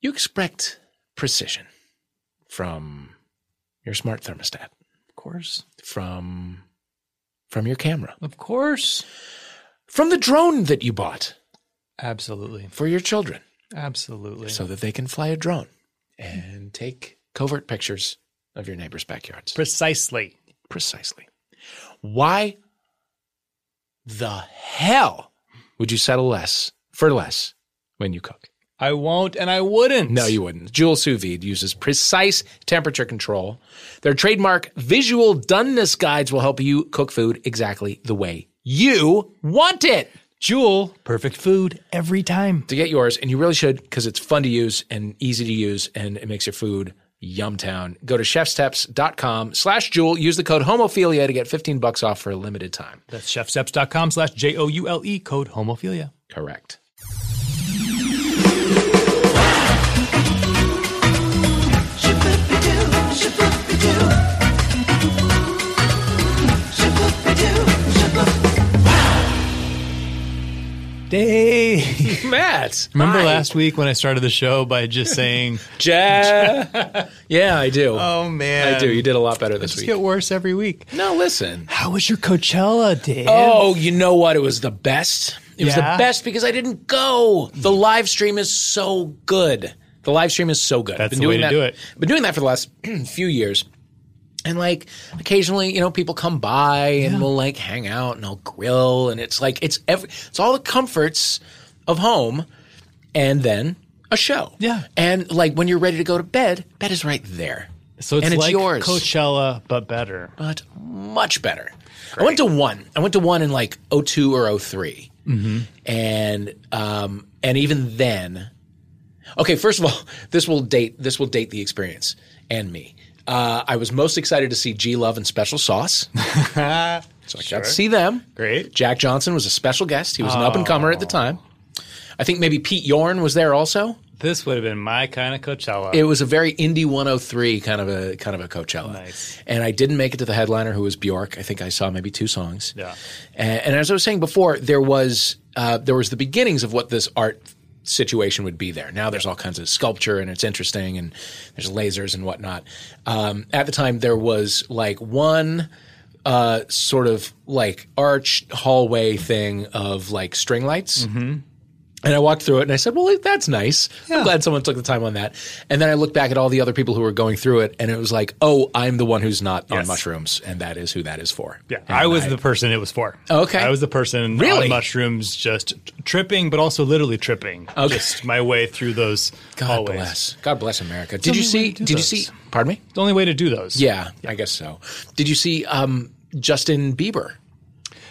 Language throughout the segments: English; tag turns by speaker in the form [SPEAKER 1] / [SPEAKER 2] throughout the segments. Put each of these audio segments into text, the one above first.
[SPEAKER 1] You expect precision from your smart thermostat,
[SPEAKER 2] Of course.
[SPEAKER 1] from from your camera,
[SPEAKER 2] Of course.
[SPEAKER 1] from the drone that you bought
[SPEAKER 2] Absolutely.
[SPEAKER 1] for your children
[SPEAKER 2] Absolutely.
[SPEAKER 1] so that they can fly a drone and take covert pictures of your neighbor's backyards.
[SPEAKER 2] Precisely.
[SPEAKER 1] Precisely. Why the hell would you settle less for less when you cook?
[SPEAKER 2] I won't and I wouldn't.
[SPEAKER 1] No, you wouldn't. Jewel Sous Vide uses precise temperature control. Their trademark visual doneness guides will help you cook food exactly the way you want it.
[SPEAKER 2] Jewel, perfect food every time.
[SPEAKER 1] To get yours, and you really should because it's fun to use and easy to use, and it makes your food yumtown. Go to chefsteps.com slash jewel. Use the code homophilia to get 15 bucks off for a limited time.
[SPEAKER 2] That's chefsteps.com slash J O U L E code homophilia.
[SPEAKER 1] Correct.
[SPEAKER 2] Dave.
[SPEAKER 1] Matt.
[SPEAKER 2] Remember
[SPEAKER 1] hi.
[SPEAKER 2] last week when I started the show by just saying,
[SPEAKER 1] Ja- yeah, I do.
[SPEAKER 2] oh man.
[SPEAKER 1] I do. You did a lot better this
[SPEAKER 2] Just
[SPEAKER 1] week.
[SPEAKER 2] get worse every week.
[SPEAKER 1] No, listen.
[SPEAKER 2] How was your Coachella, Dave?
[SPEAKER 1] Oh, you know what? It was the best. It was
[SPEAKER 2] Yeah?
[SPEAKER 1] the best because I didn't go. The live stream is so good. The live stream is so good.
[SPEAKER 2] That's the way to
[SPEAKER 1] that,
[SPEAKER 2] do it.
[SPEAKER 1] Been doing that for the last few years. And like occasionally, you know, people come by and we'll like hang out and I'll grill and it's like it's every it's all the comforts of home and then a show.
[SPEAKER 2] Yeah.
[SPEAKER 1] And like when you're ready to go to bed, bed is right there.
[SPEAKER 2] So it's
[SPEAKER 1] and
[SPEAKER 2] like
[SPEAKER 1] yours
[SPEAKER 2] Coachella, but better.
[SPEAKER 1] but much better. I went to one. I went to one in like 02 or 3
[SPEAKER 2] Mm-hmm.
[SPEAKER 1] And um and even then Okay, first of all, this will date this will date the experience and me. Uh, I was most excited to see G Love and Special Sauce. so I got to see them.
[SPEAKER 2] Great.
[SPEAKER 1] Jack Johnson was a special guest. He was an up and comer at the time. I think maybe Pete Yorn was there also.
[SPEAKER 2] This would have been my kind of Coachella.
[SPEAKER 1] It was a very indie 103 kind of a kind of a Coachella.
[SPEAKER 2] Nice.
[SPEAKER 1] And I didn't make it to the headliner, who was Bjork. I think I saw maybe two songs.
[SPEAKER 2] Yeah.
[SPEAKER 1] And, and as I was saying before, there was uh, there was the beginnings of what this art situation would be there. Now there's all kinds of sculpture and it's interesting and there's lasers and whatnot. Um, at the time, there was like one. Uh, sort of like arch hallway thing of like string lights.
[SPEAKER 2] Mm-hmm.
[SPEAKER 1] And I walked through it and I said, well, that's nice. I'm glad someone took the time on that. And then I looked back at all the other people who were going through it and it was like, oh, I'm the one who's not on
[SPEAKER 2] Yes.
[SPEAKER 1] mushrooms. And that is who that is for.
[SPEAKER 2] Yeah,
[SPEAKER 1] And
[SPEAKER 2] I was the person it was for.
[SPEAKER 1] Okay.
[SPEAKER 2] I was the person
[SPEAKER 1] Really?
[SPEAKER 2] on mushrooms just t- tripping, but also literally tripping.
[SPEAKER 1] Okay.
[SPEAKER 2] Just my way through those
[SPEAKER 1] God
[SPEAKER 2] hallways.
[SPEAKER 1] bless. God bless America. Did
[SPEAKER 2] the
[SPEAKER 1] you
[SPEAKER 2] only way
[SPEAKER 1] see?
[SPEAKER 2] to do
[SPEAKER 1] Did you
[SPEAKER 2] those.
[SPEAKER 1] see? Pardon me?
[SPEAKER 2] It's the only way to do those.
[SPEAKER 1] Yeah, I guess so. Did you see um, Justin Bieber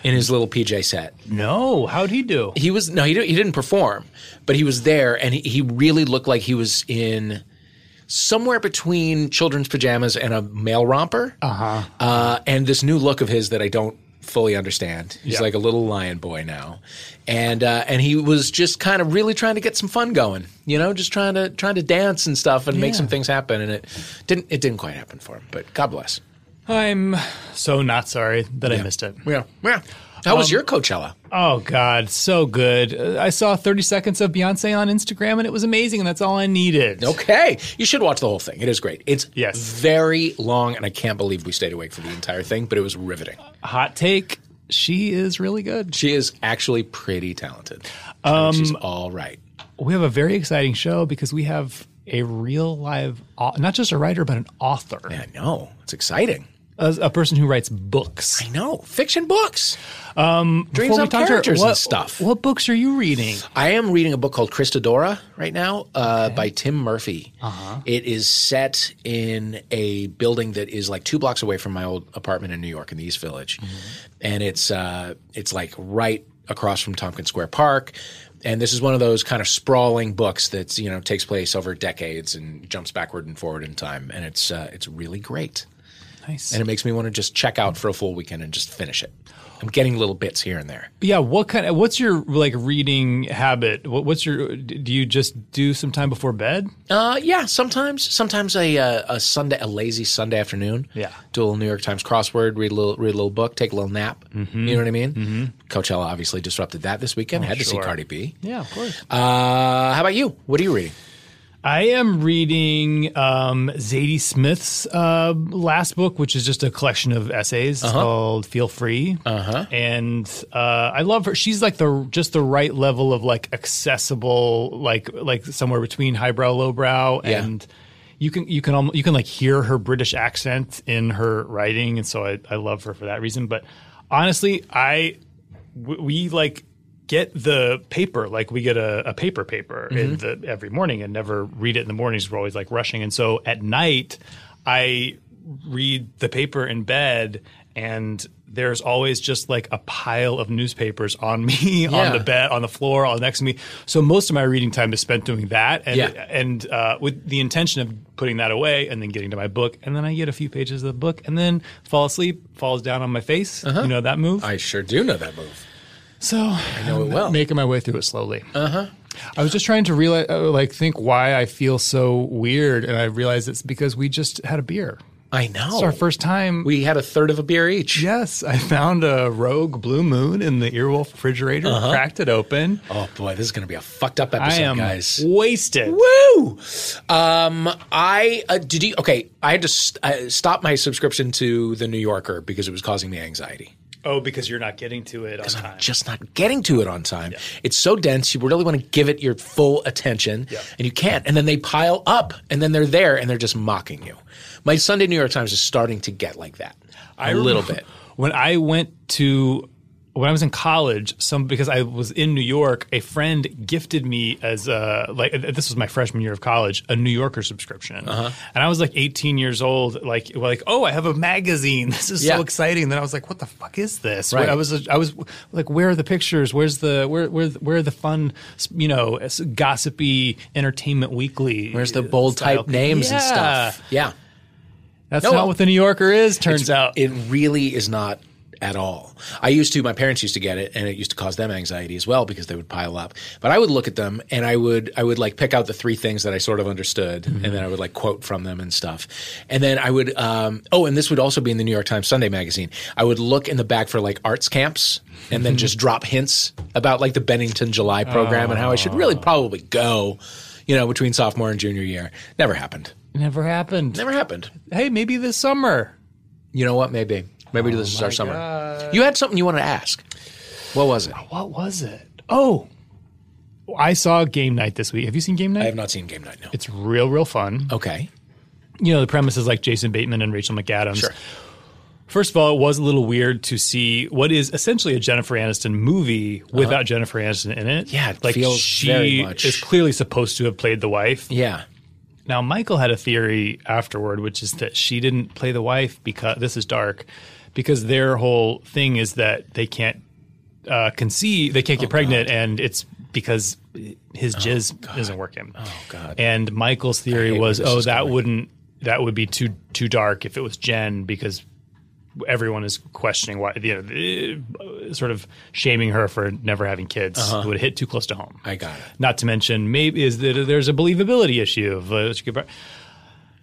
[SPEAKER 1] in his little PJ set?
[SPEAKER 2] No, how'd he do?
[SPEAKER 1] He was no, he didn't, he didn't perform, but he was there, and he, he really looked like he was in somewhere between children's pajamas and a male romper. Uh-huh. And this new look of his that I don't fully understand. He's
[SPEAKER 2] Yeah.
[SPEAKER 1] like a little lion boy now, and uh, and he was just kind of really trying to get some fun going. You know, just trying to trying to dance and stuff and make
[SPEAKER 2] Yeah.
[SPEAKER 1] some things happen. And it didn't it didn't quite happen for him. But God bless.
[SPEAKER 2] I'm so not sorry that I missed it.
[SPEAKER 1] Yeah, yeah. Um, How was your Coachella?
[SPEAKER 2] Oh God, so good. Uh, I saw 30 seconds of Beyonce on Instagram, and it was amazing, and that's all I needed.
[SPEAKER 1] Okay. You should watch the whole thing. It is great. It's
[SPEAKER 2] Yes.
[SPEAKER 1] very long, and I can't believe we stayed awake for the entire thing, but it was riveting.
[SPEAKER 2] Hot take. She is really good.
[SPEAKER 1] She is actually pretty talented. Um, she's all right.
[SPEAKER 2] We have a very exciting show because we have a real live, au- not just a writer, but an author,
[SPEAKER 1] I know. It's exciting.
[SPEAKER 2] a, a person who writes books.
[SPEAKER 1] I know. Fiction books. Um, Dreams
[SPEAKER 2] Before we
[SPEAKER 1] of
[SPEAKER 2] talk to her,
[SPEAKER 1] characters
[SPEAKER 2] what,
[SPEAKER 1] and stuff.
[SPEAKER 2] What books are you reading?
[SPEAKER 1] I am reading a book called Christadora right now uh, by Tim Murphy. Uh-huh. is set in a building that is like two blocks away from my old apartment in New York in the East Village, and it's uh, it's like right across from Tompkins Square Park. And this is one of those kind of sprawling books that's you know takes place over decades and jumps backward and forward in time, and it's uh, it's really great.
[SPEAKER 2] Nice.
[SPEAKER 1] And it makes me want to just check out for a full weekend and just finish it. I'm getting little bits here and there.
[SPEAKER 2] yeah. What kind of? What's your like reading habit? What, what's your? Do you just do some time before bed?
[SPEAKER 1] Uh, yeah, sometimes. Sometimes a uh, a Sunday, a lazy Sunday afternoon.
[SPEAKER 2] Yeah.
[SPEAKER 1] do a little New York Times crossword, read a little, read a little book, take a little nap. You know what I mean? Mm-hmm. Coachella obviously disrupted that this weekend. Had to see
[SPEAKER 2] Oh, sure.
[SPEAKER 1] Cardi B.
[SPEAKER 2] Yeah, of course.
[SPEAKER 1] Uh, how about you? What are you reading?
[SPEAKER 2] I am reading um, Zadie Smith's uh, last book, which is just a collection of essays called "Feel Free," uh-huh. and uh, I love her. She's like the just the right level of like accessible, like like somewhere between highbrow, lowbrow,
[SPEAKER 1] Yeah.
[SPEAKER 2] and you can you can almost, you can like hear her British accent in her writing, and so I, I love her for that reason. But honestly, I w- we like get the paper like we get a, a paper paper in
[SPEAKER 1] Mm-hmm.
[SPEAKER 2] the, every morning and never read it in the mornings we're always like rushing and so at night i read the paper in bed and there's always just like a pile of newspapers on me on
[SPEAKER 1] Yeah.
[SPEAKER 2] the bed on the floor all next to me so most of my reading time is spent doing that and
[SPEAKER 1] Yeah.
[SPEAKER 2] and uh, with the intention of putting that away and then getting to my book and then i get a few pages of the book and then fall asleep falls down on my face
[SPEAKER 1] Uh-huh.
[SPEAKER 2] you know that move
[SPEAKER 1] I sure do know that move.
[SPEAKER 2] so I
[SPEAKER 1] know it well. Uh-huh.
[SPEAKER 2] Making my way through it slowly. Uh huh. I was just trying to realize, uh, like, think why I feel so weird, and I realized it's because we just had a beer.
[SPEAKER 1] I know.
[SPEAKER 2] It's our first time.
[SPEAKER 1] Oh. we had a third of a beer each.
[SPEAKER 2] yes, I found a Rogue Blue Moon in the Earwolf refrigerator,
[SPEAKER 1] Uh-huh.
[SPEAKER 2] cracked it open.
[SPEAKER 1] Oh boy, this is going to be a fucked up
[SPEAKER 2] I
[SPEAKER 1] episode,
[SPEAKER 2] am
[SPEAKER 1] guys.
[SPEAKER 2] wasted.
[SPEAKER 1] Woo! Um, I uh, did you? Okay, I had to st- uh, stop my subscription to the New Yorker because it was causing me anxiety.
[SPEAKER 2] Oh, because you're not getting to it on time.
[SPEAKER 1] Just not getting to it on time. It's so dense. You really want to give it your full attention, and you can't. And then they pile up, and then they're there, and they're just mocking you. My Sunday New York Times is starting to get like that a
[SPEAKER 2] I
[SPEAKER 1] little
[SPEAKER 2] remember
[SPEAKER 1] bit.
[SPEAKER 2] When I went to when I was in college, some because I was in New York, a friend gifted me as a like this was my freshman year of college a New Yorker subscription,
[SPEAKER 1] Uh-huh.
[SPEAKER 2] and I was like 18 years old, like like oh I have a magazine, this is
[SPEAKER 1] Yeah.
[SPEAKER 2] so exciting. then I was like, what the fuck is this?
[SPEAKER 1] Right.
[SPEAKER 2] I was I was like, where are the pictures? Where's the where where where are the fun you know gossipy Entertainment Weekly?
[SPEAKER 1] There's the bold
[SPEAKER 2] style
[SPEAKER 1] type names and
[SPEAKER 2] Yeah.
[SPEAKER 1] stuff. Yeah.
[SPEAKER 2] That's
[SPEAKER 1] No,
[SPEAKER 2] not what the New Yorker is. Turns out
[SPEAKER 1] It really is not at all. I used to, my parents used to get it and it used to cause them anxiety as well because they would pile up. But I would look at them and I would, I would like pick out the three things that I sort of understood
[SPEAKER 2] Mm-hmm.
[SPEAKER 1] and then I would like quote from them and stuff. And then I would, um, oh, and this would also be in the New York Times Sunday magazine. I would look in the back for like arts camps and then
[SPEAKER 2] Mm-hmm.
[SPEAKER 1] just drop hints about like the Bennington July program and how I should really
[SPEAKER 2] Oh.
[SPEAKER 1] probably go, you know, between sophomore and junior year. Never happened.
[SPEAKER 2] never happened.
[SPEAKER 1] Never happened.
[SPEAKER 2] hey, maybe this summer.
[SPEAKER 1] You know what? Maybe. Maybe this is our summer.
[SPEAKER 2] Oh God.
[SPEAKER 1] You had something you wanted to ask. What was it?
[SPEAKER 2] What was it? Oh, I saw Game Night this week. Have you seen Game
[SPEAKER 1] I
[SPEAKER 2] Night?
[SPEAKER 1] have not seen Game Night No.
[SPEAKER 2] It's real, real fun.
[SPEAKER 1] Okay.
[SPEAKER 2] You know, the premise is like Jason Bateman and Rachel McAdams.
[SPEAKER 1] Sure.
[SPEAKER 2] First of all, it was a little weird to see what is essentially a Jennifer Aniston movie without Jennifer Aniston in it.
[SPEAKER 1] Uh-huh. Yeah, it
[SPEAKER 2] like
[SPEAKER 1] feels
[SPEAKER 2] she
[SPEAKER 1] very much-
[SPEAKER 2] is clearly supposed to have played the wife.
[SPEAKER 1] Yeah.
[SPEAKER 2] Now, Michael had a theory afterward, which is that she didn't play the wife because this is dark, because their whole thing is that they can't uh, conceive, they
[SPEAKER 1] Oh,
[SPEAKER 2] can't get pregnant, and it's because his jizz isn't working. Oh
[SPEAKER 1] God.
[SPEAKER 2] And Michael's
[SPEAKER 1] hate
[SPEAKER 2] theory
[SPEAKER 1] where
[SPEAKER 2] was,
[SPEAKER 1] this
[SPEAKER 2] oh,
[SPEAKER 1] is
[SPEAKER 2] that
[SPEAKER 1] going.
[SPEAKER 2] wouldn't, that would be too too dark if it was Jen because everyone is questioning why, you know, eh, sort of shaming her for never having kids.
[SPEAKER 1] Uh-huh.
[SPEAKER 2] It would hit too close to home.
[SPEAKER 1] I got it.
[SPEAKER 2] Not to mention, maybe is that there's a believability issue of uh, she could-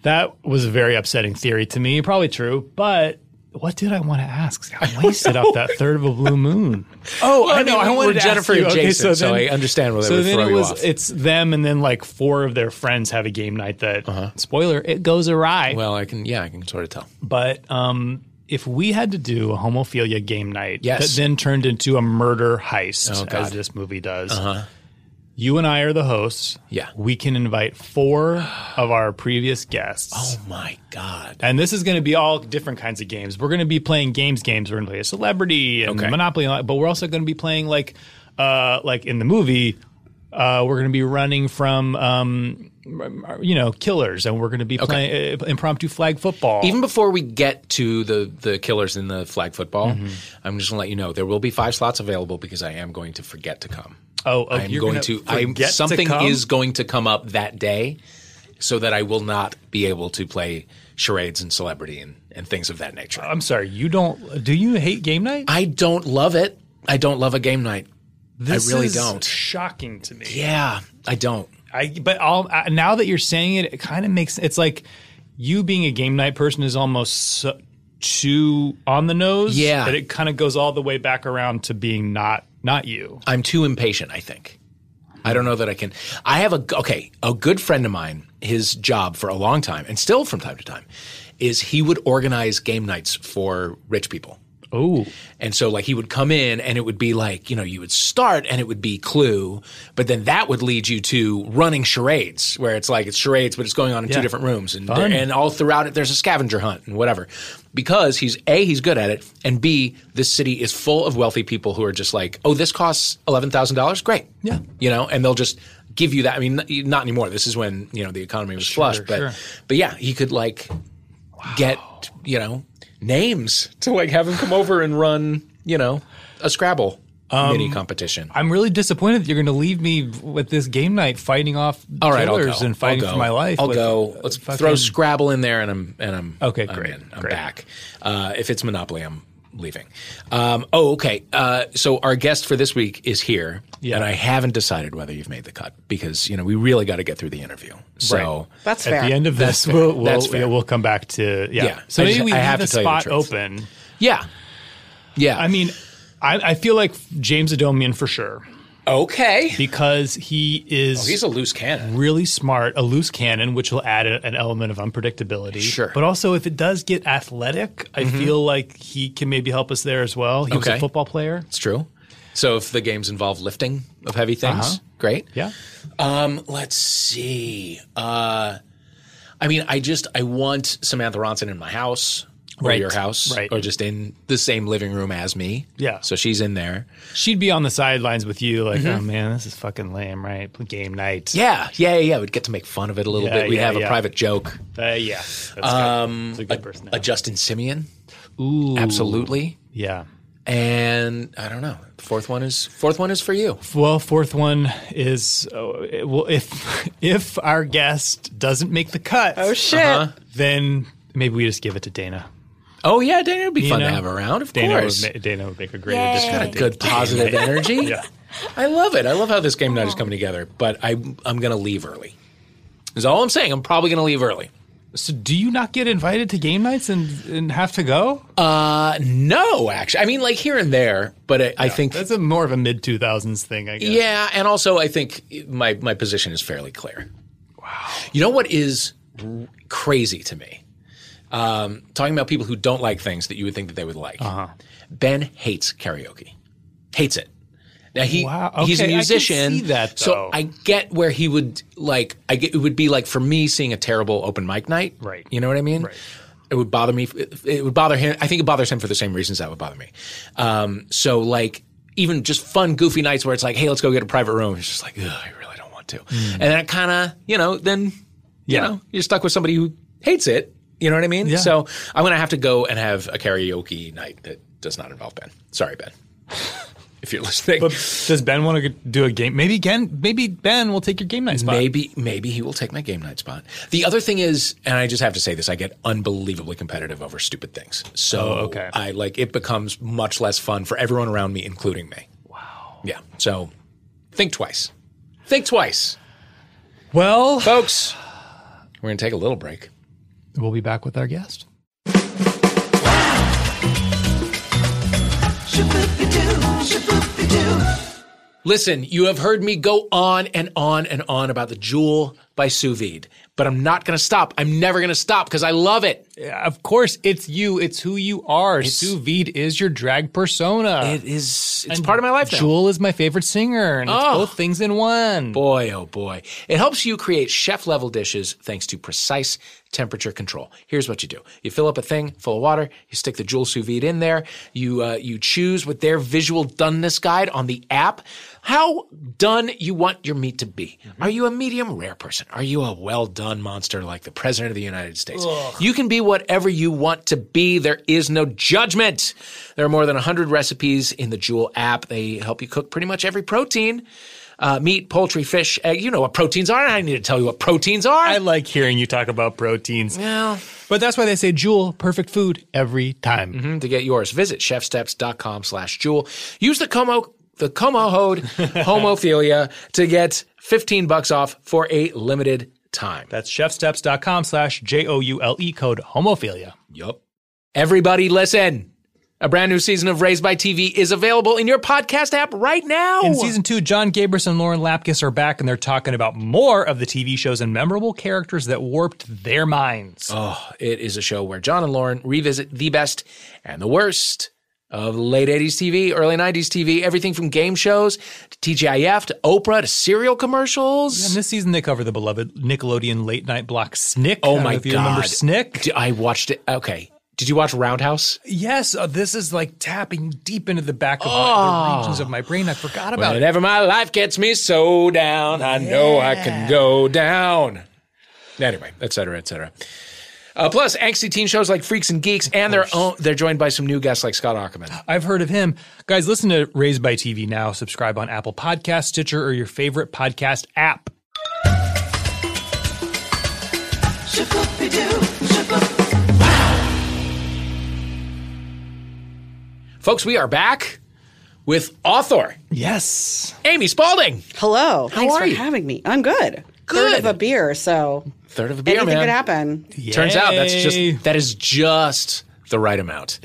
[SPEAKER 2] that was a very upsetting theory to me. Probably true, but what did I want to ask? I wasted off that third of a blue moon. Oh,
[SPEAKER 1] Well, I mean, we're Jennifer and Jason, so I understand why they
[SPEAKER 2] so
[SPEAKER 1] would
[SPEAKER 2] then
[SPEAKER 1] throw
[SPEAKER 2] it
[SPEAKER 1] you
[SPEAKER 2] was
[SPEAKER 1] off.
[SPEAKER 2] it's them, and then like four of their friends have a game night that
[SPEAKER 1] Uh-huh.
[SPEAKER 2] spoiler it goes awry.
[SPEAKER 1] Well, I can, yeah, I can sort of tell.
[SPEAKER 2] But um, if we had to do a homophilia game night
[SPEAKER 1] Yes. Oh,
[SPEAKER 2] that then turned into a murder heist,
[SPEAKER 1] God.
[SPEAKER 2] as this movie does, you and I are the hosts.
[SPEAKER 1] Uh-huh. Yeah.
[SPEAKER 2] We can invite four of our previous guests.
[SPEAKER 1] Oh my God.
[SPEAKER 2] And this is going to be all different kinds of games. We're going to be playing games, games. We're going to play a celebrity and
[SPEAKER 1] Okay.
[SPEAKER 2] Monopoly, and all that, but we're also going to be playing like, uh, like in the movie, uh, we're going to be running from, um, you know, killers, and we're going to be playing uh, impromptu flag football.
[SPEAKER 1] Even before we get to the, the killers in the flag football,
[SPEAKER 2] Mm-hmm.
[SPEAKER 1] I'm just going to let you know there will be five slots available because I am going to forget to come.
[SPEAKER 2] Oh, oh
[SPEAKER 1] I'm going to, I'm, something is going to come up that day so that I will not be able to play charades and celebrity and, and things of that nature.
[SPEAKER 2] I'm sorry, you don't. Do you hate game night?
[SPEAKER 1] I don't love it. I don't love a game night. I really
[SPEAKER 2] is
[SPEAKER 1] don't.
[SPEAKER 2] Shocking to me.
[SPEAKER 1] Yeah, I don't.
[SPEAKER 2] I but all I, now that you're saying it, it kind of makes it's like you being a game night person is almost so, too on the nose.
[SPEAKER 1] Yeah.
[SPEAKER 2] that it kind of goes all the way back around to being not not you.
[SPEAKER 1] I'm too impatient, I think. I don't know that I can. I have a g- okay, a good friend of mine. His job for a long time, and still from time to time, is he would organize game nights for rich people.
[SPEAKER 2] Oh,
[SPEAKER 1] And so like he would come in and it would be like, you know, you would start and it would be clue, but then that would lead you to running charades where it's like it's charades, but it's going on in two
[SPEAKER 2] Yeah.
[SPEAKER 1] different rooms and
[SPEAKER 2] Fun.
[SPEAKER 1] and all throughout it there's a scavenger hunt and whatever. Because he's A, he's good at it, and B, this city is full of wealthy people who are just like, oh, this costs eleven thousand dollars? Great.
[SPEAKER 2] Yeah.
[SPEAKER 1] You know, and they'll just give you that. I mean, n- not anymore. This is when, you know, the economy was flush. But
[SPEAKER 2] sure.
[SPEAKER 1] but yeah, he could like get you know names to like have him come over and run you know a Scrabble
[SPEAKER 2] Um,
[SPEAKER 1] mini competition.
[SPEAKER 2] I'm really disappointed that you're going to leave me with this game night fighting off
[SPEAKER 1] All right, I'll
[SPEAKER 2] killers
[SPEAKER 1] go.
[SPEAKER 2] and fighting
[SPEAKER 1] I'll go.
[SPEAKER 2] for my life.
[SPEAKER 1] I'll
[SPEAKER 2] with-
[SPEAKER 1] go. Let's
[SPEAKER 2] fucking-
[SPEAKER 1] throw Scrabble in there, and I'm and I'm
[SPEAKER 2] Okay,
[SPEAKER 1] I'm
[SPEAKER 2] great,
[SPEAKER 1] in. I'm
[SPEAKER 2] great.
[SPEAKER 1] back. Uh, if it's Monopoly, I'm leaving. Um, oh, okay. Uh, so our guest for this week is here, and I haven't decided whether you've made the cut because you know we really got to get through the interview. So.
[SPEAKER 3] That's
[SPEAKER 2] At
[SPEAKER 3] fair.
[SPEAKER 2] the end of
[SPEAKER 1] That's
[SPEAKER 2] this,
[SPEAKER 1] fair.
[SPEAKER 2] we'll, we'll,
[SPEAKER 1] That's fair.
[SPEAKER 2] yeah, we'll come back to yeah.
[SPEAKER 1] Yeah.
[SPEAKER 2] So
[SPEAKER 1] I
[SPEAKER 2] maybe
[SPEAKER 1] just-
[SPEAKER 2] we
[SPEAKER 1] I
[SPEAKER 2] leave
[SPEAKER 1] have
[SPEAKER 2] the
[SPEAKER 1] to tell you the
[SPEAKER 2] spot
[SPEAKER 1] truth.
[SPEAKER 2] open.
[SPEAKER 1] Yeah. Yeah.
[SPEAKER 2] I mean, I, I feel like James Adomian for sure
[SPEAKER 1] okay.
[SPEAKER 2] because he is
[SPEAKER 1] Oh, He's a loose cannon.
[SPEAKER 2] really smart, a loose cannon, which will add a- an element of unpredictability.
[SPEAKER 1] Sure. Mm-hmm.
[SPEAKER 2] But also, if it does get athletic, I feel like he can maybe help us there as well. He was
[SPEAKER 1] Okay.
[SPEAKER 2] a football player.
[SPEAKER 1] It's true. So if the games involve lifting of heavy things, great.
[SPEAKER 2] Yeah.
[SPEAKER 1] Uh-huh. Um, let's see. Uh, I mean, I just I want Samantha Ronson in my house or
[SPEAKER 2] Right.
[SPEAKER 1] your house
[SPEAKER 2] Right.
[SPEAKER 1] or just in the same living room as me.
[SPEAKER 2] Yeah.
[SPEAKER 1] So she's in there.
[SPEAKER 2] She'd be on the sidelines with you, like, oh man, this is fucking lame, right? Game night.
[SPEAKER 1] Mm-hmm. Yeah. Yeah. Yeah. yeah. We'd get to make fun of it a little
[SPEAKER 2] Yeah,
[SPEAKER 1] bit. We'd
[SPEAKER 2] yeah,
[SPEAKER 1] have a
[SPEAKER 2] yeah.
[SPEAKER 1] private joke.
[SPEAKER 2] Uh, yeah. That's good. That's a good person.
[SPEAKER 1] Um, A Justin Simeon.
[SPEAKER 2] Ooh.
[SPEAKER 1] Absolutely.
[SPEAKER 2] Yeah.
[SPEAKER 1] And I don't know. The fourth one is fourth one is for you.
[SPEAKER 2] Well, fourth one is oh, it- well, if if our guest doesn't make the cut,
[SPEAKER 3] oh shit.
[SPEAKER 2] then maybe we just give it to Dana.
[SPEAKER 1] Uh-huh. Oh yeah, Dana would be fun to
[SPEAKER 2] know,
[SPEAKER 1] have around. Of
[SPEAKER 2] Dana would,
[SPEAKER 1] course.
[SPEAKER 2] ma- Dana would make a great
[SPEAKER 3] Yay.
[SPEAKER 2] addition.
[SPEAKER 3] Got
[SPEAKER 2] I
[SPEAKER 3] a
[SPEAKER 2] think.
[SPEAKER 1] Good positive energy.
[SPEAKER 2] Yeah.
[SPEAKER 1] I love it. I love how this game night is coming together, but I, I'm going to leave early. Is all I'm saying. I'm probably going to leave early.
[SPEAKER 2] So, do you not get invited to game nights and, and have to go?
[SPEAKER 1] Uh, no, actually. I mean, like here and there, but I, I think.
[SPEAKER 2] That's a more of a mid two thousands thing, I guess.
[SPEAKER 1] Yeah, and also I think my, my position is fairly clear. Wow. You know what is r- crazy to me? Um, talking about people who don't like things that you would think that they would like. Uh-huh. Ben hates karaoke, hates it. Now he
[SPEAKER 2] Wow,
[SPEAKER 1] he's
[SPEAKER 2] okay,
[SPEAKER 1] a
[SPEAKER 2] I can
[SPEAKER 1] musician,
[SPEAKER 2] see that,
[SPEAKER 1] so
[SPEAKER 2] though.
[SPEAKER 1] I get where he would like. I get, it would be like for me seeing a terrible open mic night,
[SPEAKER 2] Right.
[SPEAKER 1] You know what I mean?
[SPEAKER 2] Right.
[SPEAKER 1] It would bother me. It would bother him. I think it bothers him for the same reasons that would bother me. Um, so like even just fun, goofy nights where it's like, hey, let's go get a private room. It's just like, Ugh, I really don't want to. And that kind of you know then you
[SPEAKER 2] Mm. Yeah.
[SPEAKER 1] know you're stuck with somebody who hates it. You know what I mean?
[SPEAKER 2] Yeah.
[SPEAKER 1] So I'm gonna have to go and have a karaoke night that does not involve Ben. Sorry, Ben. If you're listening,
[SPEAKER 2] But does Ben want to do a game? Maybe Ken, maybe Ben will take your game night spot.
[SPEAKER 1] Maybe maybe he will take my game night spot. The other thing is, and I just have to say this, I get unbelievably competitive over stupid things. So
[SPEAKER 2] Oh, okay.
[SPEAKER 1] I like it becomes much less fun for everyone around me, including me. Wow. Yeah. So think twice. Think twice.
[SPEAKER 2] Well,
[SPEAKER 1] Folks, we're gonna take a little break.
[SPEAKER 2] we'll be back with our guest.
[SPEAKER 1] Listen, you have heard me go on and on and on about the Jewel by Sous Vide, but I'm not gonna stop. I'm never gonna stop because I love it.
[SPEAKER 2] Of course, it's you. It's who you are. Sous Vide is your drag persona.
[SPEAKER 1] It is it's part of my life now.
[SPEAKER 2] Jewel is my favorite singer, and it's
[SPEAKER 1] Oh.
[SPEAKER 2] both things in one.
[SPEAKER 1] Boy, oh boy. It helps you create chef level dishes thanks to precise temperature control. Here's what you do you fill up a thing full of water, you stick the Joule sous vide in there, you, uh, you choose with their visual doneness guide on the app how done you want your meat to be. Are you a medium rare person? Are you a well done monster like the President of the United States? You can be whatever you want to be. There is no judgment. There are more than 100 recipes in the Jewel app. They help you cook pretty much every protein uh, meat, poultry, fish, egg. You know what proteins are. I don't need to tell you what proteins are.
[SPEAKER 2] I like hearing you talk about proteins.
[SPEAKER 1] well,
[SPEAKER 2] But that's why they say Jewel, perfect food every time.
[SPEAKER 1] Mm, to get yours, visit chefsteps.com slash jewel. Use the Como the Como code homophilia to get 15 bucks off for a limited time.
[SPEAKER 2] That's chefsteps.com slash J O U L E code homophilia.
[SPEAKER 1] Yup. Everybody listen. A brand new season of Raised by TV is available in your podcast app right now.
[SPEAKER 3] In season two, John Gabris and Lauren Lapkus are back, and they're talking about more of the TV shows and memorable characters that warped their minds.
[SPEAKER 1] Oh, it is a show where John and Lauren revisit the best and the worst of late 80s TV, early 90s TV, everything from game shows to TGIF to Oprah to serial commercials.
[SPEAKER 3] And this season, they cover the beloved Nickelodeon late night block Snick.
[SPEAKER 1] Oh
[SPEAKER 3] I don't
[SPEAKER 1] my
[SPEAKER 3] know if you remember
[SPEAKER 1] God.
[SPEAKER 3] Snick?
[SPEAKER 1] D- I watched it. Okay. Did you watch Roundhouse?
[SPEAKER 3] Yes, uh, this is like tapping deep into the back of my, the regions of my brain. I forgot about it.
[SPEAKER 1] Whenever my life gets me so down, I know I can go down. Anyway, et cetera, et cetera. Uh, plus, angsty teen shows like Freaks and Geeks, and their own, they're joined by some new guests like Scott Ackerman.
[SPEAKER 3] I've heard of him. Guys, listen to Raised by TV now. Subscribe on Apple Podcast, Stitcher, or your favorite podcast app.
[SPEAKER 1] Folks, we are back with author
[SPEAKER 3] Yes.
[SPEAKER 1] Amy Spaulding.
[SPEAKER 4] Hello. Thanks
[SPEAKER 1] are
[SPEAKER 4] for
[SPEAKER 1] you?
[SPEAKER 4] having me. I'm good.
[SPEAKER 1] Good.
[SPEAKER 4] Third of a beer, so
[SPEAKER 1] Third of a beer,
[SPEAKER 4] anything
[SPEAKER 1] man.
[SPEAKER 4] could happen.
[SPEAKER 1] Turns out that's
[SPEAKER 3] Yay.
[SPEAKER 1] just that is just the right amount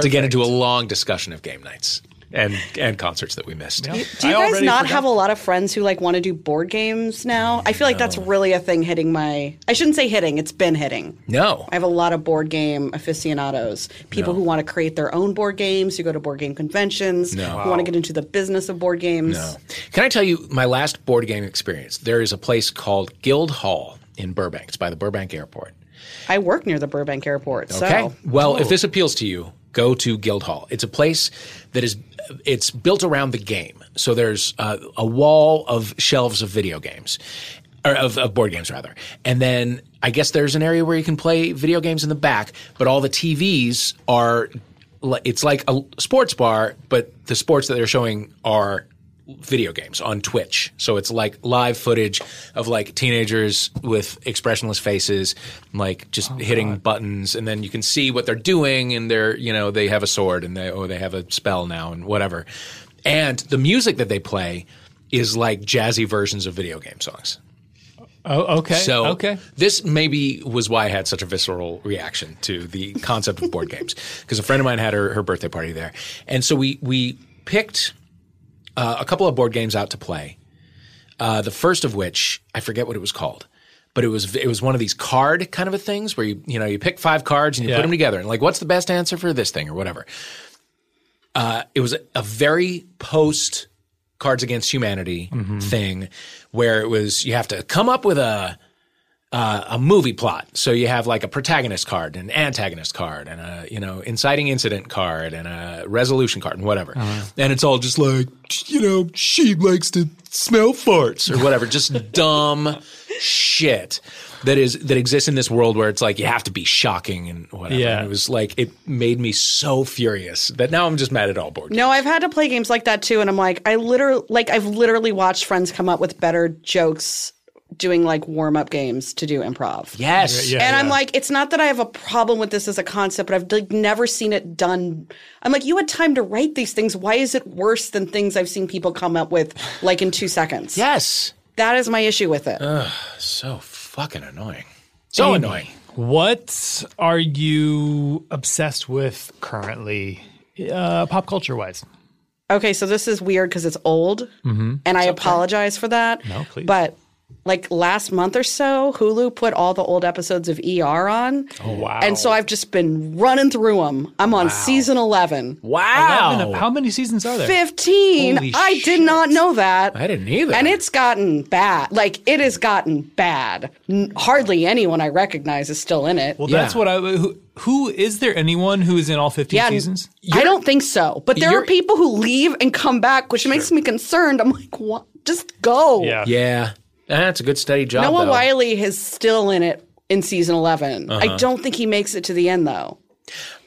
[SPEAKER 1] to get into a long discussion of game nights and and concerts that we missed.
[SPEAKER 4] Do you
[SPEAKER 3] I
[SPEAKER 4] guys
[SPEAKER 3] already
[SPEAKER 4] not
[SPEAKER 3] forgot.
[SPEAKER 4] have a lot of friends who like want to do board games now? I feel like that's really a thing hitting my. I shouldn't say hitting. It's been hitting.
[SPEAKER 1] No,
[SPEAKER 4] I have a lot of board game aficionados, people who want to create their own board games, who go to board game conventions, who want to get into the business of board games.
[SPEAKER 1] No. Can I tell you my last board game experience? There is a place called Guild Hall in Burbank. It's by the Burbank Airport.
[SPEAKER 4] I work near the Burbank Airport,
[SPEAKER 1] Okay.
[SPEAKER 4] so
[SPEAKER 1] Well, if this appeals to you, go to Guildhall. It's a place that is it's built around the game. So there's uh, a wall of shelves of video games. Or of, of board games, rather. And then I guess there's an area where you can play video games in the back, but all the TVs are, li- it's like a sports bar, but the sports that they're showing are video games on Twitch. So it's like live footage of like teenagers with expressionless faces, like just hitting buttons, and then you can see what they're doing, and they're you know they have a sword, and they oh they have a spell now, and whatever. And the music that they play is like jazzy versions of video game songs.
[SPEAKER 2] Oh, okay.
[SPEAKER 1] So
[SPEAKER 2] okay.
[SPEAKER 1] this maybe was why I had such a visceral reaction to the concept of board games because a friend of mine had her, her birthday party there, and so we we picked uh, a couple of board games out to play. Uh, the first of which I forget what it was called, but it was it was one of these card kind of a things where you you know you pick five cards and you put
[SPEAKER 2] Yeah.
[SPEAKER 1] them together and like what's the best answer for this thing or whatever. Uh, it was a, a very post Cards Against Humanity
[SPEAKER 2] Mm-hmm.
[SPEAKER 1] thing where it was you have to come up with a a movie plot. So you have like a protagonist card, an antagonist card, and a you know inciting incident card, and a resolution card, and whatever.
[SPEAKER 2] Oh,
[SPEAKER 1] And it's all just like you know she likes to smell farts or whatever, just dumb shit that is that exists in this world where it's like you have to be shocking and whatever.
[SPEAKER 2] Yeah.
[SPEAKER 1] And it was like it made me so furious that now I'm just mad at all board. games.
[SPEAKER 4] No, I've had to play games like that too, and I'm like, I literally, like, I've literally watched friends come up with better jokes doing like warm up games to do improv.
[SPEAKER 1] Yes.
[SPEAKER 2] Yeah,
[SPEAKER 4] and I'm
[SPEAKER 2] yeah.
[SPEAKER 4] like, it's not that I have a problem with this as a concept, but I've like never seen it done. I'm like, you had time to write these things. Why is it worse than things I've seen people come up with like in two seconds?
[SPEAKER 1] Yes.
[SPEAKER 4] That is my issue with it.
[SPEAKER 2] Uh.
[SPEAKER 1] So fucking annoying. So annoying.
[SPEAKER 2] What are you obsessed with currently, uh, pop culture wise?
[SPEAKER 4] Okay, so this is weird because it's old, and I apologize for that.
[SPEAKER 2] Mm-hmm. No, please.
[SPEAKER 4] But like last month or so, Hulu put all the old episodes of ER on. Oh
[SPEAKER 2] wow.
[SPEAKER 4] And so I've just been running through them. I'm on season 11.
[SPEAKER 1] Wow.
[SPEAKER 2] How many seasons are there?
[SPEAKER 4] 15.
[SPEAKER 2] Holy
[SPEAKER 4] I did not know that.
[SPEAKER 1] I didn't either.
[SPEAKER 4] And it's gotten bad. Like it has gotten bad. N- hardly anyone I recognize is still in it.
[SPEAKER 2] Well,
[SPEAKER 1] Yeah.
[SPEAKER 2] that's what I. Who, who is there? Anyone who is in all fifteen
[SPEAKER 4] Yeah, n-
[SPEAKER 2] seasons?
[SPEAKER 4] I don't think so. But there
[SPEAKER 1] you're-
[SPEAKER 4] are people who leave and come back, which makes me concerned. I'm like, what? Just go.
[SPEAKER 1] Yeah. That's a good steady job.
[SPEAKER 4] Noah
[SPEAKER 1] though.
[SPEAKER 4] Wiley is still in it in season 11.
[SPEAKER 1] Uh-huh.
[SPEAKER 4] I don't think he makes it to the end, though.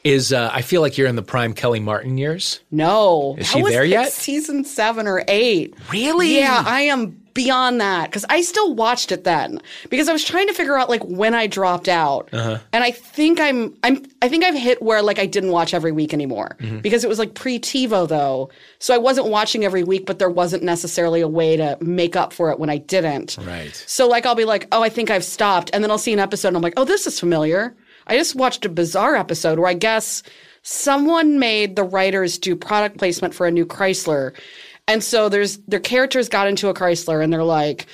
[SPEAKER 1] is uh, I feel like you're in the prime Kelly Martin years.
[SPEAKER 4] No. Is
[SPEAKER 1] she there yet?
[SPEAKER 4] Season seven or eight.
[SPEAKER 1] Really?
[SPEAKER 4] Yeah, I am beyond that because I still watched it then because I was trying to figure out like when I dropped out,
[SPEAKER 1] Uh-huh.
[SPEAKER 4] and I think I'm I'm I think I've hit where like I didn't watch every week anymore
[SPEAKER 1] Mm-hmm.
[SPEAKER 4] because it was like pre TiVo though, so I wasn't watching every week, but there wasn't necessarily a way to make up for it when I didn't.
[SPEAKER 1] Right.
[SPEAKER 4] So like I'll be like, oh, I think I've stopped, and then I'll see an episode, and I'm like, oh, this is familiar. I just watched a bizarre episode where I guess someone made the writers do product placement for a new Chrysler. And so there's their characters got into a Chrysler and they're like,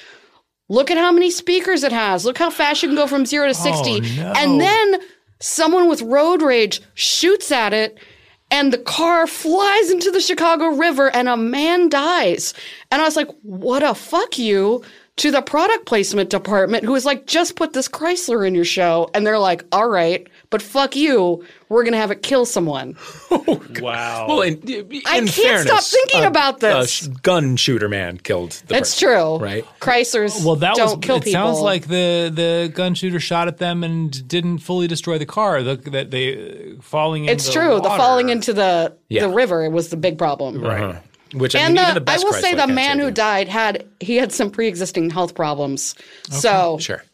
[SPEAKER 4] look at how many speakers it has. Look how fast you can go from zero to 60.
[SPEAKER 2] Oh, no.
[SPEAKER 4] And then someone with road rage shoots at it and the car flies into the Chicago River and a man dies. And I was like, what a fuck you to the product placement department who was like, just put this Chrysler in your show. And they're like, all right, but fuck you. We're going to have it kill someone.
[SPEAKER 2] Wow.
[SPEAKER 1] Well, in, in
[SPEAKER 4] I can't
[SPEAKER 1] fairness,
[SPEAKER 4] stop thinking
[SPEAKER 1] a-
[SPEAKER 4] about
[SPEAKER 1] a
[SPEAKER 4] this.
[SPEAKER 1] sh- gun shooter man killed. The
[SPEAKER 4] That's
[SPEAKER 1] person,
[SPEAKER 4] true.
[SPEAKER 1] right?
[SPEAKER 4] Chryslers
[SPEAKER 2] Well, that
[SPEAKER 4] don't
[SPEAKER 2] was.
[SPEAKER 4] kill
[SPEAKER 2] it
[SPEAKER 4] people.
[SPEAKER 2] sounds like the the gun shooter shot at them and didn't fully destroy the car. The, that they uh, falling.
[SPEAKER 4] It's
[SPEAKER 2] into
[SPEAKER 4] true. The
[SPEAKER 2] water.
[SPEAKER 4] falling into the
[SPEAKER 1] Yeah.
[SPEAKER 4] the river was the big problem. Right.
[SPEAKER 1] Uh-huh. Which I
[SPEAKER 4] And
[SPEAKER 1] mean,
[SPEAKER 4] the,
[SPEAKER 1] even the
[SPEAKER 4] I
[SPEAKER 1] best
[SPEAKER 4] will
[SPEAKER 1] Chrysler
[SPEAKER 4] say the
[SPEAKER 1] can't
[SPEAKER 4] man
[SPEAKER 1] save
[SPEAKER 4] who
[SPEAKER 1] you.
[SPEAKER 4] died had he had some pre-existing health problems. So
[SPEAKER 1] Sure.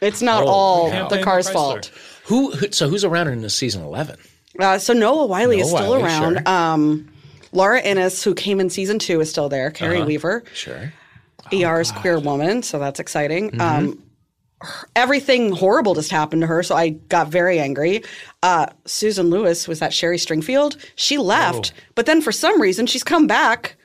[SPEAKER 4] it's not
[SPEAKER 1] Oh,
[SPEAKER 4] all
[SPEAKER 1] yeah.
[SPEAKER 4] the
[SPEAKER 2] Blame the
[SPEAKER 4] car's
[SPEAKER 2] Chrysler.
[SPEAKER 4] fault.
[SPEAKER 1] Who, who? So who's around in this season eleven?
[SPEAKER 4] Uh, so Noah Wiley is
[SPEAKER 1] Noah
[SPEAKER 4] still
[SPEAKER 1] Wiley,
[SPEAKER 4] around.
[SPEAKER 1] sure.
[SPEAKER 4] Um, Laura Innes, who came in season two, is still there. Carrie
[SPEAKER 1] Uh-huh.
[SPEAKER 4] Weaver,
[SPEAKER 1] Sure.
[SPEAKER 2] Oh,
[SPEAKER 4] ER's E queer woman, so that's exciting.
[SPEAKER 2] Mm-hmm.
[SPEAKER 4] Um, her- everything horrible just happened to her, so I got very angry. Uh, Susan Lewis was that Sherry Stringfield. She left,
[SPEAKER 2] Oh.
[SPEAKER 4] but then for some reason she's come back.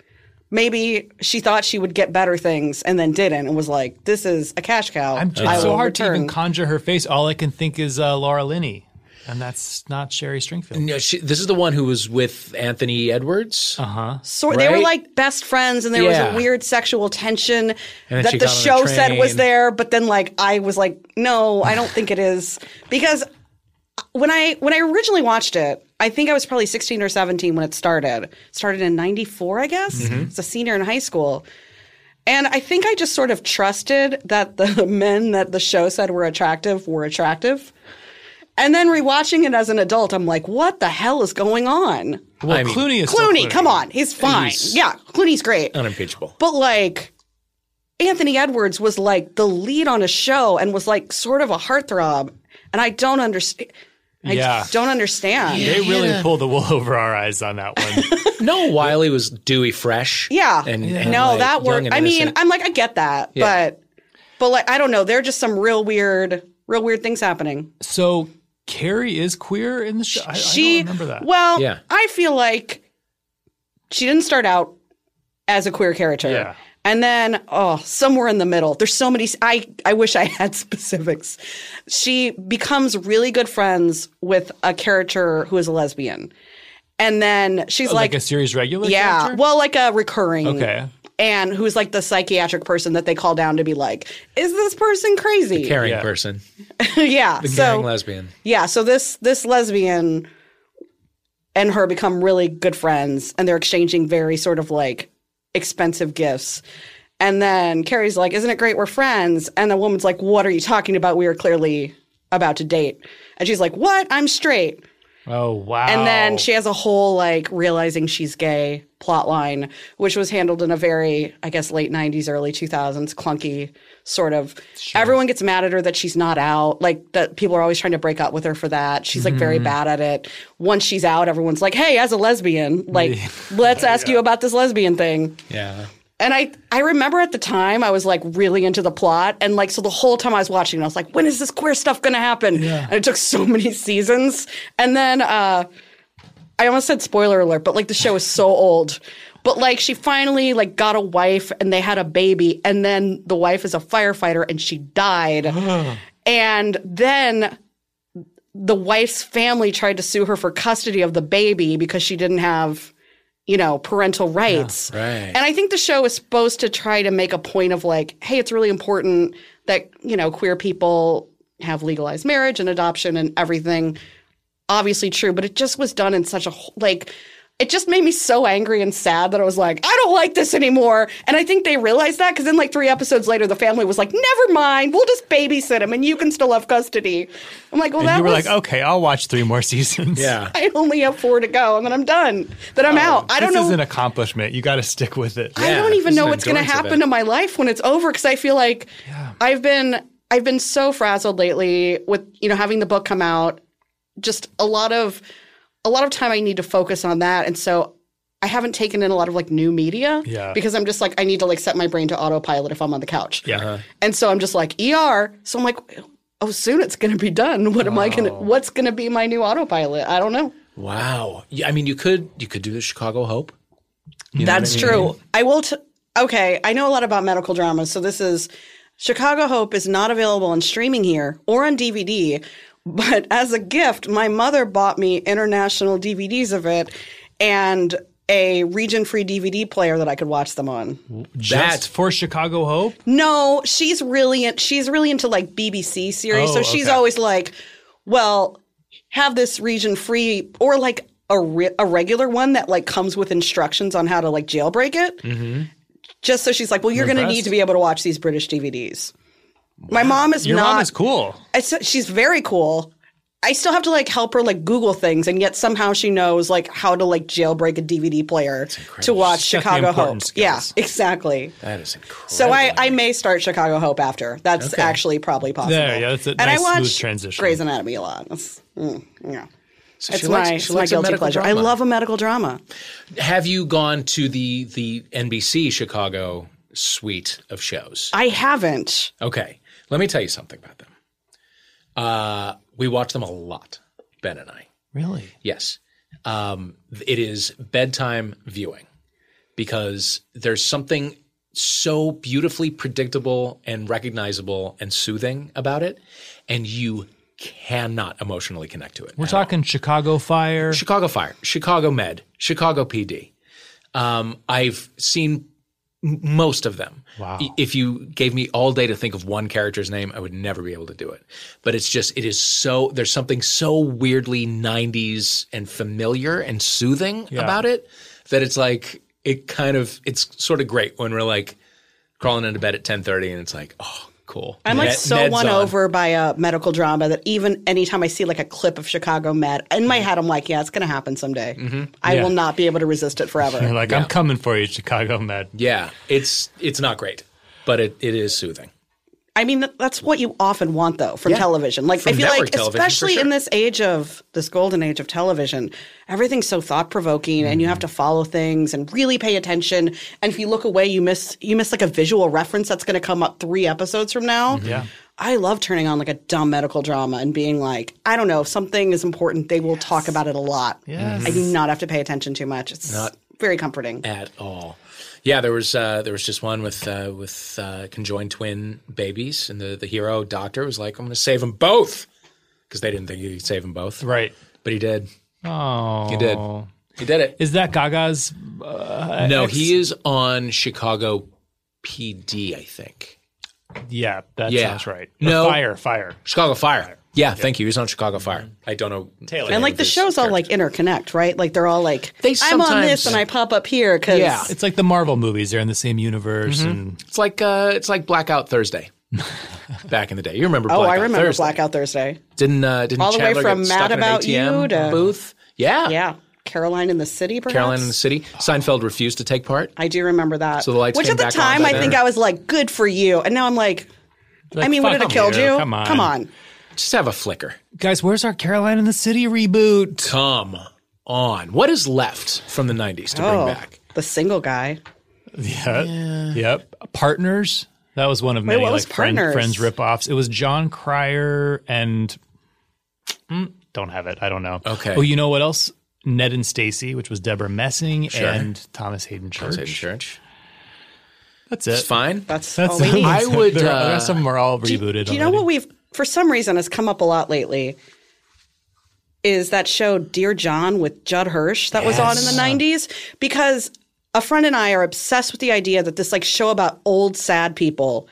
[SPEAKER 4] Maybe she thought she would get better things and then didn't, and was like, "This is a cash cow."
[SPEAKER 2] I'm it's
[SPEAKER 4] I
[SPEAKER 2] so
[SPEAKER 4] will
[SPEAKER 2] hard to even
[SPEAKER 4] return."
[SPEAKER 2] conjure her face. All I can think is uh, Laura Linney, and that's not Sherry Stringfield.
[SPEAKER 1] No, she, this is the one who was with Anthony Edwards. Uh-huh.
[SPEAKER 4] sort they were
[SPEAKER 1] Right?
[SPEAKER 4] like best friends and there was
[SPEAKER 1] Yeah.
[SPEAKER 4] a weird sexual tension
[SPEAKER 1] then
[SPEAKER 4] that
[SPEAKER 1] she
[SPEAKER 4] the
[SPEAKER 1] got on a
[SPEAKER 4] show said was
[SPEAKER 1] train.
[SPEAKER 4] there but then like I was like no I don't think it is because when I when I originally watched it I think I was probably 16 or 17 when it started It started in 94 I guess
[SPEAKER 1] Mm-hmm.
[SPEAKER 4] it's a senior in high school and I think I just sort of trusted that the men that the show said were attractive were attractive and then rewatching it as an adult I'm like what the hell is going on
[SPEAKER 2] Well,
[SPEAKER 1] I mean-
[SPEAKER 2] Clooney is still
[SPEAKER 4] Clooney, come on, he's fine.
[SPEAKER 1] He's- Um,
[SPEAKER 4] yeah, Clooney's great.
[SPEAKER 1] Unimpeachable.
[SPEAKER 4] But like, Anthony Edwards was like the lead on a show and was like sort of a heartthrob, and I don't understand. I
[SPEAKER 2] Yeah.
[SPEAKER 4] don't understand. Yeah.
[SPEAKER 2] They really pulled the wool over our eyes on that one.
[SPEAKER 1] No, Wiley was dewy fresh. And, and,
[SPEAKER 4] no,
[SPEAKER 1] like, young
[SPEAKER 4] that worked.
[SPEAKER 1] and
[SPEAKER 4] I mean,
[SPEAKER 1] innocent.
[SPEAKER 4] I'm like, I get that, but but like, I don't know. There are just some real weird, real weird things happening.
[SPEAKER 2] so Carrie is queer in the show. I,
[SPEAKER 4] she
[SPEAKER 2] I don't remember that.
[SPEAKER 4] well
[SPEAKER 1] Yeah.
[SPEAKER 4] i feel like she didn't start out as a queer character
[SPEAKER 2] Yeah.
[SPEAKER 4] and then oh somewhere in the middle there's so many i i wish i had specifics she becomes really good friends with a character who is a lesbian and then she's
[SPEAKER 2] Oh, like,
[SPEAKER 4] like,
[SPEAKER 2] a series regular.
[SPEAKER 4] yeah
[SPEAKER 2] character?
[SPEAKER 4] well like a recurring
[SPEAKER 2] Okay.
[SPEAKER 4] and who's like the psychiatric person that they call down to be like is this person crazy
[SPEAKER 1] caring
[SPEAKER 2] Yeah.
[SPEAKER 1] person,
[SPEAKER 4] yeah so
[SPEAKER 1] caring lesbian.
[SPEAKER 4] yeah, so this this lesbian and her become really good friends and they're exchanging very sort of like expensive gifts. And then Carrie's like, "Isn't it great we're friends?" And the woman's like, "What are you talking about? We are clearly about to date." And she's like, "What? I'm straight."
[SPEAKER 2] Oh wow.
[SPEAKER 4] And then she has a whole like realizing she's gay plot line, which was handled in a very, I guess, late 90s, early 2000s clunky sort of. Everyone gets mad at her that she's not out. Like that people are always trying to break up with her for that. She's like very bad at it. Once she's out, everyone's like, hey, as a lesbian, like, let's ask you about this lesbian thing.
[SPEAKER 1] Yeah.
[SPEAKER 4] And I, I remember at the time I was like really into the plot. And like, so the whole time I was watching, I was like, when is this queer stuff going to happen? And it took so many seasons. And then, uh, I almost said spoiler alert, but like the show is so old. But like she finally like got a wife and they had a baby and then the wife is a firefighter and she died. and then the wife's family tried to sue her for custody of the baby because she didn't have you know parental rights.
[SPEAKER 1] right.
[SPEAKER 4] And I think the show is supposed to try to make a point of like hey it's really important that you know queer people have legalized marriage and adoption and everything obviously true, but it just was done in such a wh- like it just made me so angry and sad that I was like, I don't like this anymore. And I think they realized that because then, like, three episodes later, the family was like, never mind, we'll just babysit him and you can still have custody. I'm like, well,
[SPEAKER 2] And
[SPEAKER 4] that
[SPEAKER 2] you were
[SPEAKER 4] was,
[SPEAKER 2] like, "Oh." okay, I'll watch three more seasons.
[SPEAKER 1] Yeah.
[SPEAKER 4] I only have four to go and then I'm done. Then I'm out. I don't
[SPEAKER 2] Oh, this
[SPEAKER 4] know.
[SPEAKER 2] is an accomplishment. You got to stick with it.
[SPEAKER 4] I
[SPEAKER 1] Yeah,
[SPEAKER 4] don't even
[SPEAKER 1] it's
[SPEAKER 4] know
[SPEAKER 1] an
[SPEAKER 4] what's going to
[SPEAKER 1] endurance
[SPEAKER 4] happen
[SPEAKER 1] event.
[SPEAKER 4] to my life when it's over because I feel like I've been I've been so frazzled lately with you know having the book come out. Just a lot of a lot of time I need to focus on that, and so I haven't taken in a lot of like new media
[SPEAKER 2] Yeah.
[SPEAKER 4] because I'm just like I need to like set my brain to autopilot if I'm on the couch.
[SPEAKER 2] Yeah.
[SPEAKER 4] and so I'm just like ER. So I'm
[SPEAKER 1] Oh.
[SPEAKER 4] like, oh, soon it's going to be done. What am I going to? What's going to be my new autopilot? I don't know.
[SPEAKER 1] Wow. Yeah, I mean, you could you could do the Chicago Hope. You know what I
[SPEAKER 4] That's
[SPEAKER 1] mean?
[SPEAKER 4] true. I will. T- okay, I know a lot about medical dramas, so this is Chicago Hope is not available on streaming here or on DVD, but as a gift, my mother bought me international DVDs of it and a region-free DVD player that I could watch them on.
[SPEAKER 1] That
[SPEAKER 3] Just for Chicago Hope.
[SPEAKER 4] No, she's really in, she's really into like BBC series,
[SPEAKER 3] Oh,
[SPEAKER 4] so she's always like, well, have this region free or like a re- a regular one that like comes with instructions on how to like jailbreak it.
[SPEAKER 3] Mm-hmm.
[SPEAKER 4] Just so she's like, well, you're going to need to be able to watch these British DVDs. My mom is
[SPEAKER 3] Your
[SPEAKER 4] not.
[SPEAKER 3] mom is cool.
[SPEAKER 4] I s- she's very cool. I still have to like help her like Google things, and yet somehow she knows like how to like jailbreak a DVD player to watch
[SPEAKER 3] got the
[SPEAKER 4] Chicago Hope.
[SPEAKER 3] important
[SPEAKER 4] Yeah,
[SPEAKER 3] skills.
[SPEAKER 4] exactly.
[SPEAKER 1] that is incredible.
[SPEAKER 4] So I, I may start Chicago Hope after. That's
[SPEAKER 1] Okay.
[SPEAKER 4] actually probably possible.
[SPEAKER 2] There, yeah, that's a
[SPEAKER 4] and
[SPEAKER 2] nice,
[SPEAKER 4] I watch
[SPEAKER 2] smooth transition.
[SPEAKER 4] Grey's Anatomy a lot. That's, mm, yeah.
[SPEAKER 1] So she
[SPEAKER 4] It's
[SPEAKER 1] likes-
[SPEAKER 4] my,
[SPEAKER 1] she
[SPEAKER 4] it's my
[SPEAKER 1] likes a
[SPEAKER 4] guilty
[SPEAKER 1] medical
[SPEAKER 4] pleasure. I
[SPEAKER 1] drama.
[SPEAKER 4] love a medical drama.
[SPEAKER 1] Have you gone to the the NBC Chicago suite of shows?
[SPEAKER 4] I haven't.
[SPEAKER 1] Okay, let me tell you something about them. Uh, we watch them a lot, Ben and I.
[SPEAKER 3] Really?
[SPEAKER 1] Yes, um, it is bedtime viewing because there's something so beautifully predictable and recognizable and soothing about it, and you cannot emotionally connect to it.
[SPEAKER 3] We're talking Chicago Fire.
[SPEAKER 1] Chicago Fire, Chicago Med, Chicago PD. Um, I've seen m- most of them. Wow. If you gave me all day to think of one character's name, I would never be able to do it. But it's just, it is so, there's something so weirdly 90s and familiar and soothing about it that it's like, it kind of, it's sort of great when we're like crawling into bed at 1030 and it's like, oh, cool.
[SPEAKER 4] I'm like
[SPEAKER 1] Med-
[SPEAKER 4] so
[SPEAKER 1] Med's
[SPEAKER 4] won
[SPEAKER 1] on.
[SPEAKER 4] over by a medical drama that even anytime I see like a clip of Chicago Med in
[SPEAKER 2] Mm-hmm.
[SPEAKER 4] my head, I'm like, yeah, it's going to happen someday. I will not be able to resist it
[SPEAKER 2] You're
[SPEAKER 4] forever.
[SPEAKER 2] like, I'm coming for you, Chicago Med.
[SPEAKER 1] Yeah. It's, it's not great, but it, it is soothing.
[SPEAKER 4] I mean, that- that's what you often want though from television. Like
[SPEAKER 1] From
[SPEAKER 4] I feel
[SPEAKER 1] network
[SPEAKER 4] like,
[SPEAKER 1] television, for
[SPEAKER 4] especially
[SPEAKER 1] sure.
[SPEAKER 4] in this age of this golden age of television, everything's so thought provoking, and you have
[SPEAKER 1] Mm.
[SPEAKER 4] to follow things and really pay attention. And if you look away, you miss you miss like a visual reference that's going to come up three episodes from now.
[SPEAKER 1] Mm-hmm.
[SPEAKER 4] Yeah. I love turning on like a dumb medical drama and being like, I don't know, if something is important, they will talk about it a lot.
[SPEAKER 2] Yes.
[SPEAKER 4] I do not have to pay attention too much. It's very comforting.
[SPEAKER 1] at all. Yeah, there was uh, there was just one with uh, with uh, conjoined twin babies, and the the hero doctor was like, "I'm going to save them both," because they didn't think he could save them both,
[SPEAKER 2] Right.
[SPEAKER 1] but he did.
[SPEAKER 3] Oh,
[SPEAKER 1] He did. He did it.
[SPEAKER 3] Is that Gaga's?
[SPEAKER 1] no, he is on Chicago PD, I think.
[SPEAKER 2] Yeah, that
[SPEAKER 1] Yeah.
[SPEAKER 2] sounds right. Or
[SPEAKER 1] No.
[SPEAKER 2] Fire, fire.
[SPEAKER 1] Chicago Fire. Yeah, thank you. He was on Chicago Fire. I don't know. Taylor.
[SPEAKER 4] And like the shows all like interconnect, right? Like they're all like,
[SPEAKER 1] They
[SPEAKER 4] I'm on this
[SPEAKER 1] sometimes-
[SPEAKER 4] and I pop up here because
[SPEAKER 1] Yeah.
[SPEAKER 3] It's like the Marvel movies. They're in the same universe.
[SPEAKER 4] Mm-hmm.
[SPEAKER 3] And
[SPEAKER 1] it's like uh, it's like Blackout Thursday. Back in the day, you remember?
[SPEAKER 4] Oh,
[SPEAKER 1] Blackout
[SPEAKER 4] I remember
[SPEAKER 1] Thursday.
[SPEAKER 4] Blackout Thursday.
[SPEAKER 1] Didn't uh, didn't
[SPEAKER 4] All the way
[SPEAKER 1] Chandler
[SPEAKER 4] from
[SPEAKER 1] get
[SPEAKER 4] Mad
[SPEAKER 1] stuck in an
[SPEAKER 4] About
[SPEAKER 1] ATM
[SPEAKER 4] You to-
[SPEAKER 1] booth? Yeah,
[SPEAKER 4] Yeah, Caroline in the City, perhaps.
[SPEAKER 1] Caroline in the City. Seinfeld refused to take part.
[SPEAKER 4] I do remember that.
[SPEAKER 1] So the lights
[SPEAKER 4] Which
[SPEAKER 1] came
[SPEAKER 4] at the
[SPEAKER 1] back on
[SPEAKER 4] time
[SPEAKER 1] by
[SPEAKER 4] I think
[SPEAKER 1] then.
[SPEAKER 4] I was like, "Good for you," and now I'm like, I mean, would
[SPEAKER 3] fuck
[SPEAKER 4] it have killed
[SPEAKER 3] you,
[SPEAKER 4] you?
[SPEAKER 3] come on.
[SPEAKER 1] Just have a flicker.
[SPEAKER 3] guys, where's our Caroline in the City reboot?
[SPEAKER 1] Come on. What is left from the 90s to
[SPEAKER 4] Oh,
[SPEAKER 1] bring back?
[SPEAKER 4] the single guy.
[SPEAKER 2] Yeah.
[SPEAKER 3] Yep. Partners. That was one of many
[SPEAKER 4] what
[SPEAKER 3] like
[SPEAKER 4] was
[SPEAKER 3] friend,
[SPEAKER 4] Partners?
[SPEAKER 3] friends ripoffs. It was John Cryer and Mm, don't have it. I don't know.
[SPEAKER 1] Okay.
[SPEAKER 3] Oh, you know what else? Ned and Stacy, which was Deborah Messing and Thomas Hayden Church.
[SPEAKER 1] Said Church.
[SPEAKER 3] That's
[SPEAKER 1] It's
[SPEAKER 3] it.
[SPEAKER 1] fine.
[SPEAKER 4] That's,
[SPEAKER 3] That's
[SPEAKER 4] all Oh, we need.
[SPEAKER 1] I would,
[SPEAKER 3] They're-
[SPEAKER 1] uh,
[SPEAKER 3] the rest of them are all rebooted.
[SPEAKER 4] do you know
[SPEAKER 3] already.
[SPEAKER 4] what we've for some reason has come up a lot lately? Is that show Dear John with Judd Hirsch that was on in the 90s? Because a friend and I are obsessed with the idea that this like show about old sad people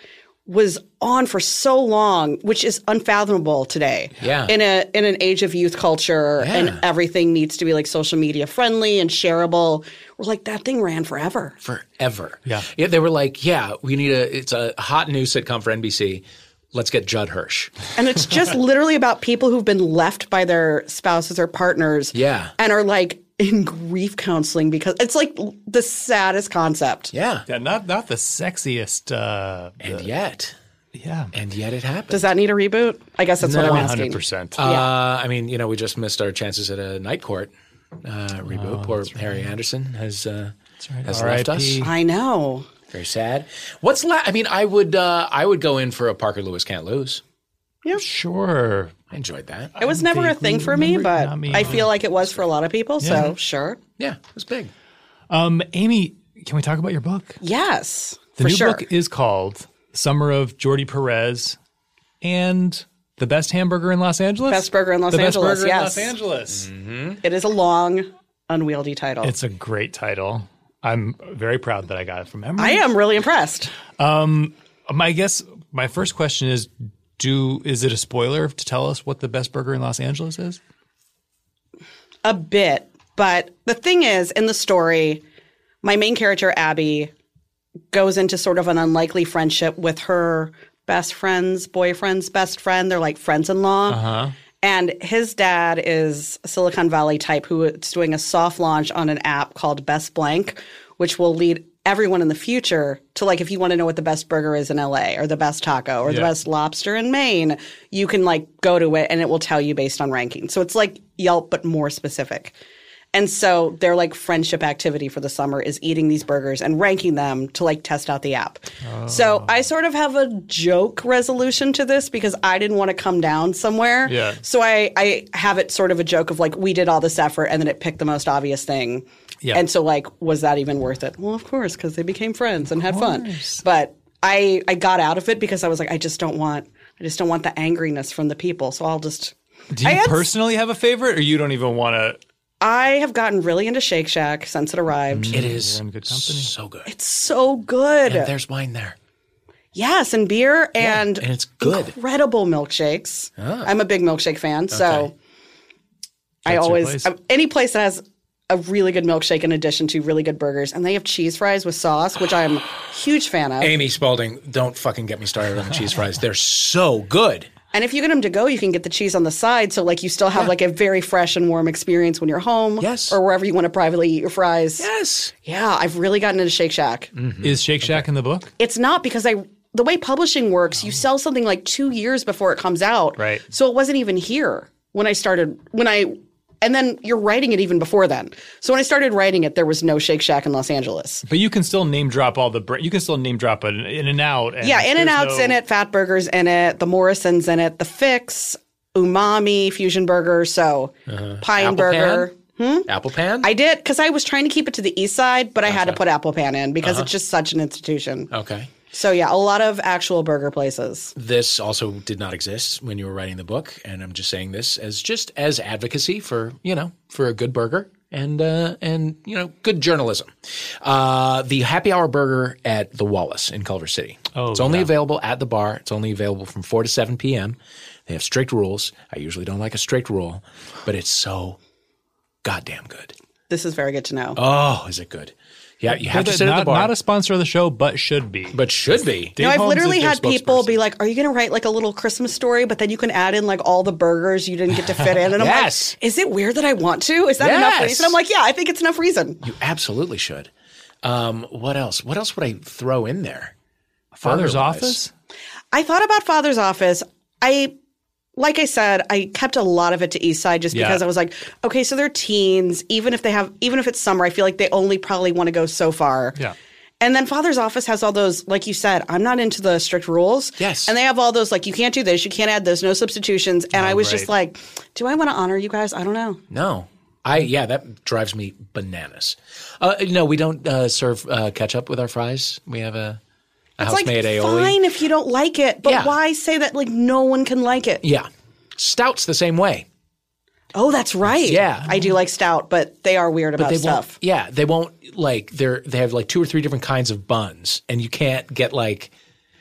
[SPEAKER 4] was on for so long, which is unfathomable today.
[SPEAKER 1] Yeah.
[SPEAKER 4] In a in an age of youth culture
[SPEAKER 1] Yeah.
[SPEAKER 4] and everything needs to be like social media friendly and shareable. We're like, that thing ran forever.
[SPEAKER 1] Forever. Yeah. They were like, yeah, we need a, it's a hot new sitcom for NBC. Let's get Judd Hirsch.
[SPEAKER 4] And it's just literally about people who've been left by their spouses or partners.
[SPEAKER 1] Yeah.
[SPEAKER 4] And are like in grief counseling because it's like l- the saddest concept.
[SPEAKER 1] Yeah.
[SPEAKER 3] Yeah, not not the sexiest. Uh,
[SPEAKER 1] And yet,
[SPEAKER 3] yeah,
[SPEAKER 1] and yet it happened.
[SPEAKER 4] Does that need a reboot? I guess that's what I'm asking.
[SPEAKER 3] hundred percent.
[SPEAKER 1] Uh, I mean, you know, we just missed our chances at a night court uh,
[SPEAKER 4] Oh,
[SPEAKER 1] reboot. Poor Harry Anderson has uh, has left us.
[SPEAKER 3] R.I.P..
[SPEAKER 4] I know.
[SPEAKER 1] Very sad. What's la- I mean, I would uh, I would go in for a Parker Lewis can't lose.
[SPEAKER 2] Sure.
[SPEAKER 1] I enjoyed that.
[SPEAKER 4] It was never a
[SPEAKER 2] vaguely
[SPEAKER 4] thing for me,
[SPEAKER 2] remember-
[SPEAKER 4] but
[SPEAKER 2] not me
[SPEAKER 4] I
[SPEAKER 2] either.
[SPEAKER 4] feel like it was for a lot of people. So sure.
[SPEAKER 1] Yeah, it was big.
[SPEAKER 2] Um, Amy, can we talk about your book?
[SPEAKER 4] Yes.
[SPEAKER 2] The
[SPEAKER 4] for
[SPEAKER 2] new
[SPEAKER 4] sure.
[SPEAKER 2] book is called Summer of Jordi Perez and the Best Hamburger in Los Angeles.
[SPEAKER 4] Best Burger in Los
[SPEAKER 2] the
[SPEAKER 4] Angeles,
[SPEAKER 2] Best burger
[SPEAKER 4] yes.
[SPEAKER 2] in Los Angeles.
[SPEAKER 4] it is a long, unwieldy title.
[SPEAKER 2] It's a great title. I'm very proud that I got it from Emory.
[SPEAKER 4] I am really impressed.
[SPEAKER 2] my guess my first question is do is it a spoiler to tell us what the best burger in Los Angeles is?
[SPEAKER 4] A bit. But the thing is, in the story, my main character, Abby, goes into sort of an unlikely friendship with her best friend's boyfriend's best friend. They're like friends in law. And his dad is a Silicon Valley type who is doing a soft launch on an app called Best Blank, which will lead everyone in the future to like if you want to know what the best burger is in LA or the best taco or the best lobster in Maine, you can like go to it and it will tell you based on ranking. So it's like Yelp but more specific. And so their like friendship activity for the summer is eating these burgers and ranking them to like test out the app.
[SPEAKER 2] Oh.
[SPEAKER 4] So I sort of have a joke resolution to this because I didn't want to come down somewhere.
[SPEAKER 2] Yeah.
[SPEAKER 4] So I I have it sort of a joke of like we did all this effort and then it picked the most obvious thing.
[SPEAKER 2] Yeah.
[SPEAKER 4] And so like was that even worth it? Well, of course cuz they became friends and had fun. But I I got out of it because I was like I just don't want I just don't want the angriness from the people. So I'll just
[SPEAKER 2] Do you
[SPEAKER 4] I had-
[SPEAKER 2] personally have a favorite or you don't even want to
[SPEAKER 4] I have gotten really into Shake Shack since it arrived.
[SPEAKER 1] It is
[SPEAKER 2] in good company?
[SPEAKER 1] so good.
[SPEAKER 4] It's so good.
[SPEAKER 1] And there's wine there.
[SPEAKER 4] Yes, and beer and,
[SPEAKER 1] and it's good.
[SPEAKER 4] Incredible milkshakes. I'm a big milkshake fan, so I
[SPEAKER 2] your
[SPEAKER 4] always
[SPEAKER 2] place.
[SPEAKER 4] um, any place that has a really good milkshake in addition to really good burgers, and they have cheese fries with sauce, which I'm a huge fan of.
[SPEAKER 1] Amy Spalding, don't fucking get me started on the cheese fries. They're so good.
[SPEAKER 4] And if you get them to go, you can get the cheese on the side, so like you still have like a very fresh and warm experience when you're home,
[SPEAKER 1] Yes.
[SPEAKER 4] or wherever you want to privately eat your fries.
[SPEAKER 1] Yes.
[SPEAKER 4] Yeah, I've really gotten into Shake Shack.
[SPEAKER 2] Is Shake Shack in the book?
[SPEAKER 4] it's not because I the way publishing works, you sell something like two years before it comes out.
[SPEAKER 2] Right.
[SPEAKER 4] So it wasn't even here when I started when I and then you're writing it even before then. So when I started writing it, there was no Shake Shack in Los Angeles.
[SPEAKER 2] But you can still name drop all the br- you can still name drop an in and out and
[SPEAKER 4] Yeah, In and
[SPEAKER 2] there's
[SPEAKER 4] Out's
[SPEAKER 2] no-
[SPEAKER 4] in it, Fat Burger's in it, the Morrison's in it, the Fix, Umami, Fusion Burger, so
[SPEAKER 2] Uh-huh.
[SPEAKER 4] Pine
[SPEAKER 1] Apple
[SPEAKER 4] Burger.
[SPEAKER 1] pan. Apple pan.
[SPEAKER 4] I did because I was trying to keep it to the east side, but I had to put Apple Pan in because
[SPEAKER 2] Uh-huh.
[SPEAKER 4] it's just such an institution.
[SPEAKER 1] okay.
[SPEAKER 4] So yeah, a lot of actual burger places.
[SPEAKER 1] This also did not exist when you were writing the book, and I'm just saying this as just as advocacy for you know for a good burger and uh, and you know good journalism. Uh, the happy hour burger at the Wallace in Culver City. Oh, it's only available at the bar. It's only available from four to seven p.m. They have strict rules. I usually don't like a strict rule, but it's so goddamn good.
[SPEAKER 4] This is very good to know.
[SPEAKER 1] Oh, is it good? Yeah, you have to
[SPEAKER 2] Not-
[SPEAKER 1] sit at the bar,
[SPEAKER 2] not a sponsor of the show, but should be.
[SPEAKER 1] but should be.
[SPEAKER 4] No, I've
[SPEAKER 2] Holmes
[SPEAKER 4] literally
[SPEAKER 2] is their
[SPEAKER 4] had people
[SPEAKER 2] spokesperson.
[SPEAKER 4] be like, "Are you going to write like a little Christmas story?" But then you can add in like all the burgers you didn't get to fit in, and I'm
[SPEAKER 1] Yes.
[SPEAKER 4] like, "Is it weird that I want to? Is that enough
[SPEAKER 1] Yes.
[SPEAKER 4] reason?" I'm like, "Yeah, I think it's enough reason."
[SPEAKER 1] You absolutely should. Um, what else? What else would I throw in there?
[SPEAKER 2] Father's
[SPEAKER 1] Burger-wise.
[SPEAKER 2] office?
[SPEAKER 4] I thought about Father's Office. I, like I said, I kept a lot of it to East Side just
[SPEAKER 2] Yeah.
[SPEAKER 4] because I was like, okay, so they're teens. Even if they have, even if it's summer, I feel like they only probably want to go so far.
[SPEAKER 2] Yeah.
[SPEAKER 4] And then Father's Office has all those, like you said, I'm not into the strict rules.
[SPEAKER 1] Yes.
[SPEAKER 4] And they have all those, like, you can't do this, you can't add this, no substitutions. And I
[SPEAKER 1] Oh,
[SPEAKER 4] was just like, do I want to honor you guys? I don't know.
[SPEAKER 1] No. I yeah, that drives me bananas. Uh, no, we don't uh, serve uh, ketchup with our fries. We have a, a
[SPEAKER 4] It's like,
[SPEAKER 1] house-made aioli.
[SPEAKER 4] fine if you don't like it, but
[SPEAKER 1] Yeah.
[SPEAKER 4] why say that, like, no one can like it?
[SPEAKER 1] Yeah, stouts the same way.
[SPEAKER 4] Oh, that's right.
[SPEAKER 1] Yeah.
[SPEAKER 4] I do like stout, but they are weird about
[SPEAKER 1] They
[SPEAKER 4] stuff.
[SPEAKER 1] won't. Yeah, they won't like they're they have like two or three different kinds of buns, and you can't get like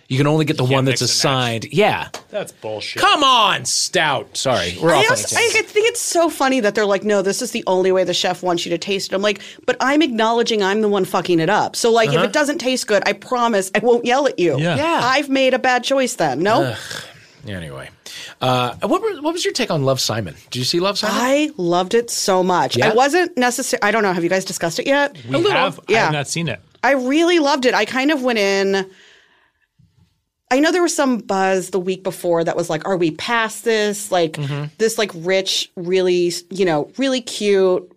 [SPEAKER 1] you can only get the one that's
[SPEAKER 2] mix and
[SPEAKER 1] assigned. Yeah,
[SPEAKER 2] That's bullshit.
[SPEAKER 1] come on, stout. Sorry, we're
[SPEAKER 4] I,
[SPEAKER 1] off on a
[SPEAKER 4] also, I
[SPEAKER 1] tangent.
[SPEAKER 4] think it's so funny that they're like, no, this is the only way the chef wants you to taste it. I'm like, but I'm acknowledging I'm the one fucking it up. So, like, if it doesn't taste good, I promise I won't yell at you.
[SPEAKER 2] Yeah.
[SPEAKER 1] Uh-huh. Yeah.
[SPEAKER 4] I've made a bad choice then. No.
[SPEAKER 1] Anyway, uh, what were, what was your take on Love Simon? Did you see Love Simon?
[SPEAKER 4] I loved it so much.
[SPEAKER 1] Yeah?
[SPEAKER 4] I wasn't necessarily, I don't know. Have you guys discussed it yet?
[SPEAKER 2] we have I
[SPEAKER 4] yeah.
[SPEAKER 2] have not seen it.
[SPEAKER 4] I really loved it. I kind of went in. I know there was some buzz the week before that was like, are we past this? Like this, like rich, really, you know, really cute,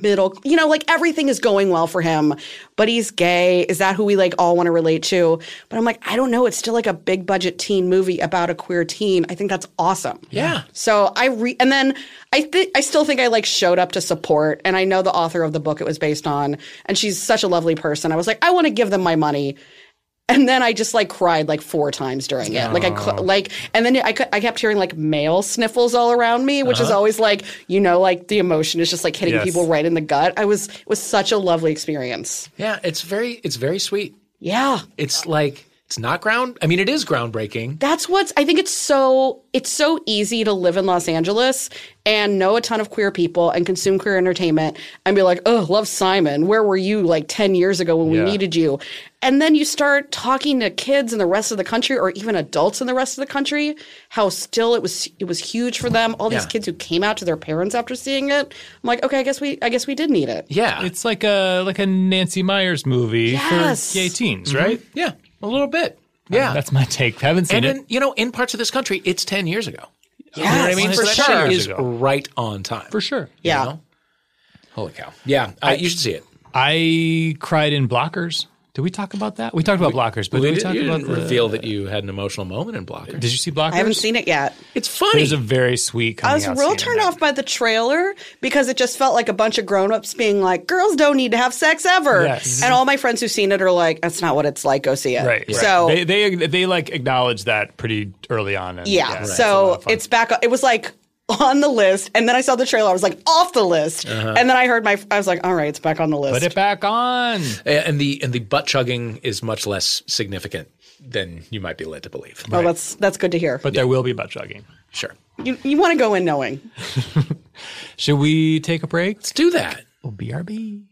[SPEAKER 4] middle, you know, like everything is going well for him, but he's gay. Is that who we like all want to relate to? But I'm like, I don't know. It's still like a big budget teen movie about a queer teen. I think that's awesome.
[SPEAKER 1] Yeah.
[SPEAKER 4] So I re and then I think I still think I like showed up to support, and I know the author of the book it was based on, and she's such a lovely person. I was like, I want to give them my money. And then I just like cried like four times during it. Like I cl- like, and then I, cou- I kept hearing like male sniffles all around me, which is always like you know like the emotion is just like hitting
[SPEAKER 5] Yes.
[SPEAKER 4] people right in the gut. I was it was such a lovely experience.
[SPEAKER 1] Yeah, it's very it's very sweet.
[SPEAKER 4] Yeah,
[SPEAKER 1] It's like it's not ground. I mean, it is groundbreaking.
[SPEAKER 4] that's what's I think it's so it's so easy to live in Los Angeles and know a ton of queer people and consume queer entertainment and be like, "Oh, love Simon. Where were you like 10 years ago when
[SPEAKER 5] Yeah.
[SPEAKER 4] we needed you?" And then you start talking to kids in the rest of the country or even adults in the rest of the country how still it was it was huge for them. All these
[SPEAKER 1] Yeah.
[SPEAKER 4] kids who came out to their parents after seeing it. I'm like, "Okay, I guess we I guess we did need it."
[SPEAKER 1] Yeah,
[SPEAKER 2] It's like a like a Nancy Myers movie
[SPEAKER 4] Yes.
[SPEAKER 2] for gay teens, right?
[SPEAKER 1] yeah, a little bit. Yeah,
[SPEAKER 2] That's my take. Haven't
[SPEAKER 1] and
[SPEAKER 2] seen it.
[SPEAKER 1] in, you know, in parts of this country, it's ten years ago.
[SPEAKER 4] Yes.
[SPEAKER 1] You know what I mean?
[SPEAKER 2] It's
[SPEAKER 1] So
[SPEAKER 2] for
[SPEAKER 1] that shit
[SPEAKER 2] sure.
[SPEAKER 1] is
[SPEAKER 2] Years ago.
[SPEAKER 1] right on time.
[SPEAKER 2] for sure.
[SPEAKER 4] Yeah.
[SPEAKER 1] know? Holy cow! Yeah, uh, you should see it.
[SPEAKER 2] I cried in Blockers. Did we talk about that? We talked about Blockers, but
[SPEAKER 1] You,
[SPEAKER 2] did we
[SPEAKER 1] did,
[SPEAKER 2] talk
[SPEAKER 1] you
[SPEAKER 2] about
[SPEAKER 1] didn't
[SPEAKER 2] the-
[SPEAKER 1] reveal that you had an emotional moment in Blocker.
[SPEAKER 2] Did you see Blockers?
[SPEAKER 4] I haven't seen it yet.
[SPEAKER 1] It's funny.
[SPEAKER 2] There's a very sweet.
[SPEAKER 4] I was real turned off by the trailer because it just felt like a bunch of grown-ups being like, "Girls don't need to have sex ever,"
[SPEAKER 2] Yes. Mm-hmm.
[SPEAKER 4] and all my friends who've seen it are like, "That's not what it's like. Go see it."
[SPEAKER 2] Right.
[SPEAKER 4] So
[SPEAKER 2] they, they they like acknowledge that pretty early on. And,
[SPEAKER 4] yeah.
[SPEAKER 2] it's a lot
[SPEAKER 4] So
[SPEAKER 2] of fun.
[SPEAKER 4] it's back. It was like on the list, and then I saw the trailer. I was like, off the list,
[SPEAKER 2] Uh-huh.
[SPEAKER 4] and then I heard my. I was like, all right, it's back on the list.
[SPEAKER 2] put it back on.
[SPEAKER 1] and the and the butt chugging is much less significant than you might be led to believe.
[SPEAKER 4] Oh, that's that's good to hear.
[SPEAKER 2] But there will be butt chugging.
[SPEAKER 1] Sure,
[SPEAKER 4] you you want to go in knowing.
[SPEAKER 2] Should we take a break?
[SPEAKER 1] let's do that.
[SPEAKER 2] Oh, BRB.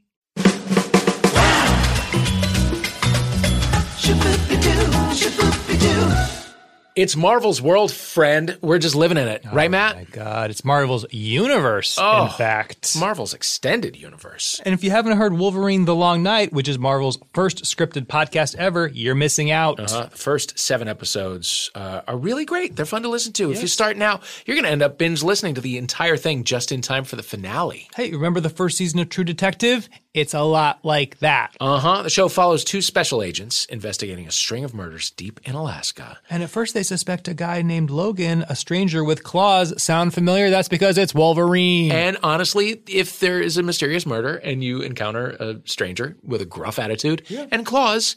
[SPEAKER 1] It's Marvel's world, friend. We're just living in it, right, Matt?
[SPEAKER 2] God, it's Marvel's universe.
[SPEAKER 1] Oh.
[SPEAKER 2] in fact.
[SPEAKER 1] Marvel's extended universe.
[SPEAKER 2] and if you haven't heard Wolverine The Long Night, which is Marvel's first scripted podcast ever, you're missing out.
[SPEAKER 1] Uh, the first seven episodes uh, are really great. They're fun to listen to. If you start now, you're going to end up binge listening to the entire thing just in time for the finale.
[SPEAKER 2] Hey, remember the first season of True Detective? It's a lot like that.
[SPEAKER 1] Uh huh. The show follows two special agents investigating a string of murders deep in Alaska.
[SPEAKER 2] And at first, they suspect a guy named Logan, a stranger with claws. Sound familiar? That's because it's Wolverine.
[SPEAKER 1] And honestly, if there is a mysterious murder and you encounter a stranger with a gruff attitude and claws,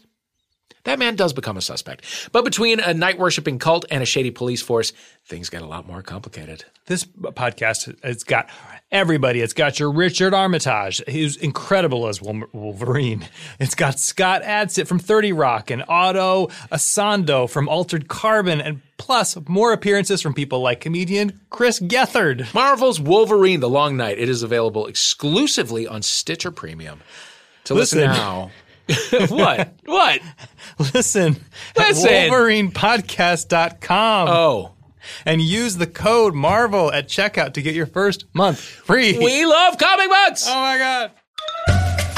[SPEAKER 1] that man does become a suspect. But between a night worshipping cult and a shady police force, things get a lot more complicated.
[SPEAKER 2] this podcast it's got everybody it's got your richard armitage who's incredible as Wol- wolverine it's got scott adsit from 30 rock and otto asando from altered carbon and plus more appearances from people like comedian chris gethard
[SPEAKER 1] Marvel's Wolverine: The Long Night. It is available exclusively on Stitcher Premium. To listen,
[SPEAKER 2] Listen.
[SPEAKER 1] now. what? What?
[SPEAKER 2] listen,
[SPEAKER 1] Listen.
[SPEAKER 2] at wolverinepodcast.com
[SPEAKER 1] Oh,
[SPEAKER 2] and use the code marvel at checkout to get your first month free
[SPEAKER 1] we love comic books.
[SPEAKER 2] oh my god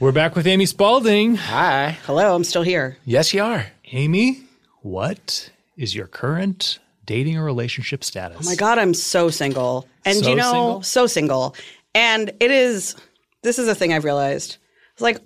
[SPEAKER 2] We're back with Amy Spalding.
[SPEAKER 1] Hi.
[SPEAKER 4] Hello, I'm still here.
[SPEAKER 1] Yes, you are.
[SPEAKER 2] Amy, what is your current dating or relationship status?
[SPEAKER 4] Oh My God, I'm so single. And
[SPEAKER 2] So
[SPEAKER 4] you know,
[SPEAKER 2] single?
[SPEAKER 4] so single. And it is, this is a thing I've realized. It's like,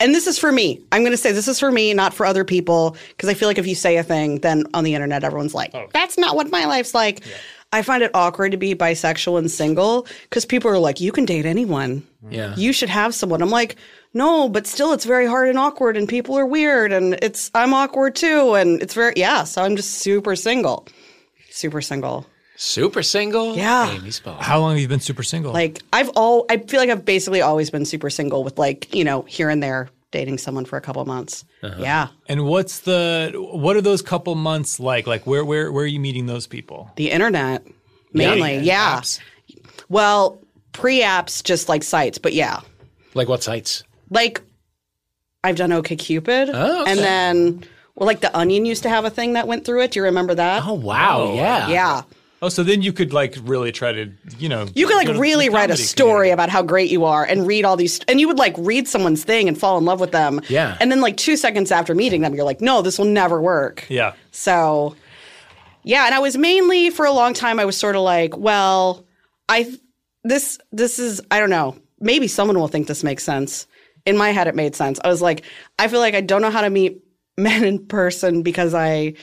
[SPEAKER 4] and this is for me. I'm going to say this is for me, not for other people. Because I feel like if you say a thing, then on the internet, everyone's like, that's not what my life's like. I find it awkward to be bisexual and single because people are like, you can date anyone.
[SPEAKER 1] Yeah.
[SPEAKER 4] You should have someone. I'm like, no, but still, it's very hard and awkward, and people are weird, and it's, I'm awkward too. And it's very, yeah. So I'm just super single. Super single.
[SPEAKER 1] Super single.
[SPEAKER 4] Yeah.
[SPEAKER 1] Amy Spalding.
[SPEAKER 2] How long have you been super single?
[SPEAKER 4] Like I've all I feel like I've basically always been super single with like, you know, here and there dating someone for a couple months. Yeah.
[SPEAKER 2] and what's the what are those couple months like? Like where where where are you meeting those people?
[SPEAKER 4] The internet mainly. Yeah.
[SPEAKER 2] Dating apps?
[SPEAKER 4] Well, pre-apps just like sites, but yeah.
[SPEAKER 1] Like what sites?
[SPEAKER 4] Like I've done OK Cupid
[SPEAKER 1] Oh, okay.
[SPEAKER 4] and then well like the Onion used to have a thing that went through it. Do you remember that?
[SPEAKER 1] Oh wow. Oh, yeah.
[SPEAKER 4] Yeah.
[SPEAKER 3] Oh, so then you could like really try to, you know,
[SPEAKER 4] You could
[SPEAKER 3] go
[SPEAKER 4] like
[SPEAKER 3] to
[SPEAKER 4] really
[SPEAKER 3] the
[SPEAKER 4] write a
[SPEAKER 3] comedy
[SPEAKER 4] story
[SPEAKER 3] community.
[SPEAKER 4] about how great you are and read all these, and you would like read someone's thing and fall in love with them.
[SPEAKER 1] Yeah.
[SPEAKER 4] And then like two seconds after meeting them, you're like, no, this will never work.
[SPEAKER 3] Yeah.
[SPEAKER 4] So, yeah, and I was mainly for a long time I was sort of like, well, I this this is I don't know. Maybe someone will think this makes sense. In my head it made sense. I was like, I feel like I don't know how to meet men in person because I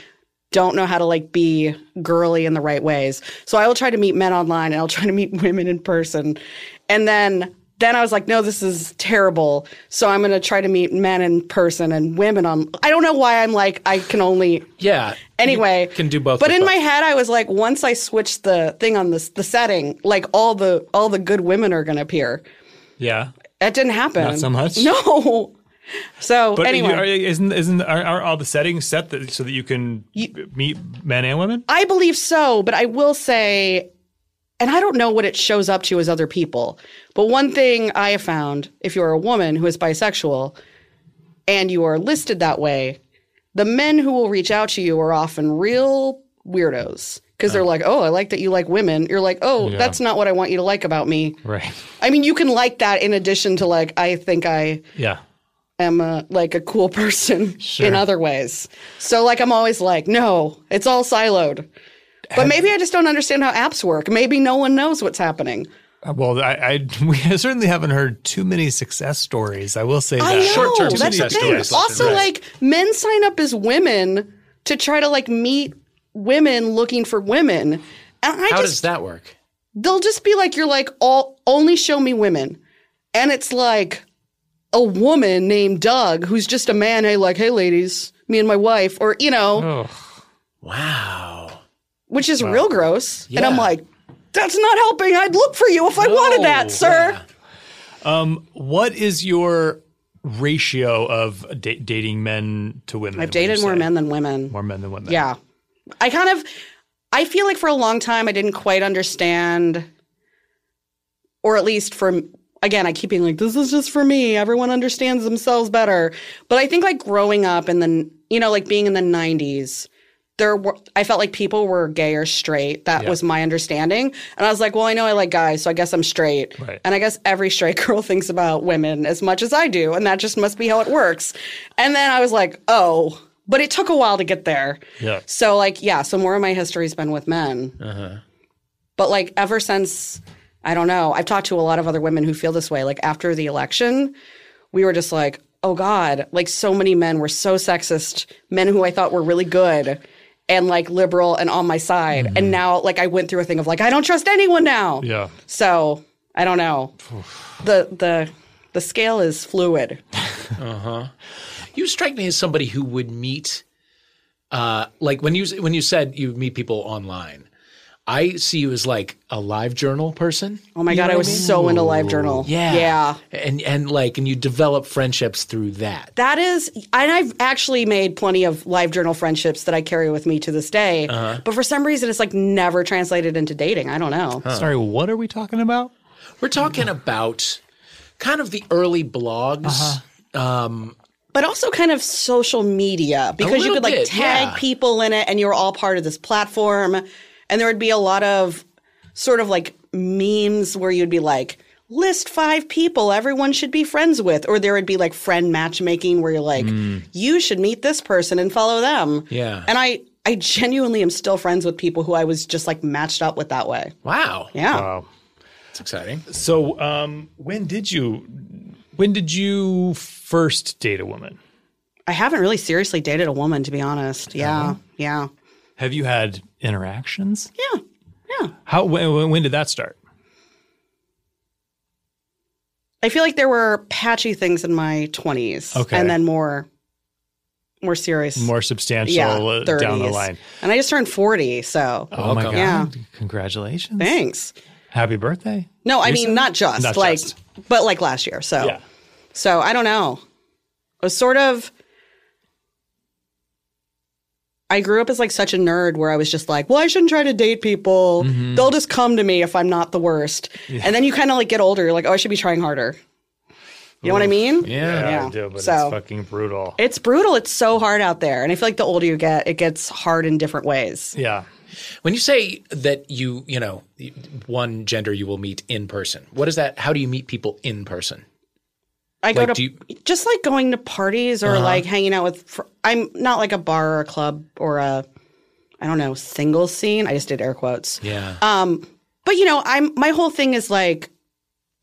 [SPEAKER 4] don't know how to like be girly in the right ways. So I will try to meet men online and I'll try to meet women in person. And then then I was like, no, this is terrible. So I'm going to try to meet men in person and women on I don't know why I'm like I can only
[SPEAKER 1] Yeah.
[SPEAKER 4] Anyway,
[SPEAKER 1] You can do both
[SPEAKER 4] But
[SPEAKER 1] with
[SPEAKER 4] in
[SPEAKER 1] both.
[SPEAKER 4] my head, I was like, once I switched the thing on this the setting, like all the all the good women are going to appear.
[SPEAKER 3] Yeah.
[SPEAKER 4] That didn't happen.
[SPEAKER 3] Not so much?
[SPEAKER 4] No. So
[SPEAKER 3] But
[SPEAKER 4] anyway,
[SPEAKER 3] you, are, isn't isn't are, are all the settings set that, so that you can meet men and women?
[SPEAKER 4] I believe so. But I will say, and I don't know what it shows up to as other people. But one thing I have found, if you're a woman who is bisexual, and you are listed that way, the men who will reach out to you are often real weirdos because they're like, "Oh, I like that you like women." You're like, "Oh, that's not what I want you to like about me."
[SPEAKER 3] Right.
[SPEAKER 4] I mean, you can like that in addition to like, I think I
[SPEAKER 3] Yeah.
[SPEAKER 4] am a, like a cool person in other ways. So like, I'm always like, no, it's all siloed. But maybe I just don't understand how apps work. Maybe no one knows what's happening.
[SPEAKER 3] Uh, Well, I, I we certainly haven't heard too many success stories. I will say that.
[SPEAKER 4] I know
[SPEAKER 1] Short-term
[SPEAKER 4] that's the
[SPEAKER 1] success
[SPEAKER 4] thing.
[SPEAKER 1] stories.
[SPEAKER 4] Also,
[SPEAKER 1] Right.
[SPEAKER 4] like men sign up as women to try to like meet women looking for women, and I
[SPEAKER 1] How
[SPEAKER 4] just
[SPEAKER 1] does that work?
[SPEAKER 4] they'll just be like you're like all only show me women and it's like a woman named doug who's just a man hey like hey ladies me and my wife or you know
[SPEAKER 1] Wow.
[SPEAKER 4] which is real gross and i'm
[SPEAKER 1] Yeah.
[SPEAKER 4] like that's not helping i'd look for you if i wanted that sir
[SPEAKER 3] What is your ratio of da- dating men to women?
[SPEAKER 4] i've dated more men than women
[SPEAKER 3] More men than women.
[SPEAKER 4] yeah i kind of i feel like for a long time i didn't quite understand or at least for again i keep being like this is just for me everyone understands themselves better but i think like growing up in the you know like being in the 90s there were i felt like people were gay or straight that was my understanding and i was like well i know i like guys so i guess i'm straight
[SPEAKER 3] Right.
[SPEAKER 4] and i guess every straight girl thinks about women as much as i do and that just must be how it works and then i was like oh but it took a while to get there
[SPEAKER 3] Yeah.
[SPEAKER 4] so like yeah so more of my history's been with men
[SPEAKER 3] Uh-huh.
[SPEAKER 4] but like ever since, I don't know, I've talked to a lot of other women who feel this way. Like after the election, we were just like, oh God, like so many men were so sexist, men who I thought were really good and like liberal and on my side. And now like I went through a thing of like, I don't trust anyone now.
[SPEAKER 3] Mm-hmm. Yeah.
[SPEAKER 4] So I don't know. the the the scale is fluid.
[SPEAKER 1] You strike me as somebody who would meet, uh, like when you when you said you meet people online. I see you as like a live journal person.
[SPEAKER 4] Oh my God, I was so into LiveJournal.
[SPEAKER 1] Yeah.
[SPEAKER 4] Yeah.
[SPEAKER 1] And and like and you develop friendships through that.
[SPEAKER 4] That is, and I've actually made plenty of live journal friendships that I carry with me to this day. But for some reason, it's like never translated into dating. I don't know.
[SPEAKER 3] Sorry, what are we talking about?
[SPEAKER 1] We're talking about kind of the early blogs.
[SPEAKER 4] Uh-huh. But also kind of social media because you
[SPEAKER 1] little
[SPEAKER 4] could like
[SPEAKER 1] bit,
[SPEAKER 4] tag
[SPEAKER 1] yeah.
[SPEAKER 4] people in it and you were all part of this platform. And there would be a lot of sort of like memes where you'd be like, list five people everyone should be friends with. Or there would be like friend matchmaking where you're like, you should meet this person and follow them.
[SPEAKER 1] Mm. Yeah.
[SPEAKER 4] And I, I genuinely am still friends with people who I was just like matched up with that way.
[SPEAKER 1] Wow.
[SPEAKER 4] Yeah.
[SPEAKER 1] That's exciting.
[SPEAKER 3] So, um, when did you when did you first date a woman?
[SPEAKER 4] I haven't really seriously dated a woman, to be honest. Yeah. Yeah.
[SPEAKER 3] Have you had interactions?
[SPEAKER 4] Yeah. Yeah.
[SPEAKER 3] How when, when did that start?
[SPEAKER 4] I feel like there were patchy things in my 20s.
[SPEAKER 3] Okay.
[SPEAKER 4] And then more, more serious.
[SPEAKER 3] More substantial
[SPEAKER 4] yeah,
[SPEAKER 3] uh,
[SPEAKER 4] 30s.
[SPEAKER 3] down the line.
[SPEAKER 4] And I just turned 40. So
[SPEAKER 3] Oh my god!
[SPEAKER 1] Welcome.
[SPEAKER 4] Yeah.
[SPEAKER 3] Congratulations!
[SPEAKER 4] thanks.
[SPEAKER 3] Happy birthday!
[SPEAKER 4] No, I mean, not just
[SPEAKER 3] Not
[SPEAKER 4] like,
[SPEAKER 3] just.
[SPEAKER 4] but like last year. So,
[SPEAKER 3] Yeah.
[SPEAKER 4] so I don't know. I was sort of, I grew up as like such a nerd where I was just like, well, I shouldn't try to date people.
[SPEAKER 3] Mm-hmm.
[SPEAKER 4] They'll just come to me if I'm not the worst. And then you kind of like get older. You're like, oh, I should be trying harder. You know what I mean?
[SPEAKER 1] Yeah.
[SPEAKER 4] Yeah.
[SPEAKER 3] I do, but
[SPEAKER 4] So-
[SPEAKER 3] it's fucking brutal.
[SPEAKER 4] It's brutal. It's so hard out there. And I feel like the older you get, it gets hard in different ways.
[SPEAKER 3] yeah.
[SPEAKER 1] When you say that you, you know, one gender you will meet in person, what is that? How do you meet people in person?
[SPEAKER 4] I go
[SPEAKER 1] Like,
[SPEAKER 4] to
[SPEAKER 1] do you- Uh-huh.
[SPEAKER 4] just like going to parties or like hanging out with. Fr- I'm not like a bar or a club or a, I don't know, single scene. I just did air quotes.
[SPEAKER 1] Yeah.
[SPEAKER 4] Um, But you know, I'm my whole thing is like,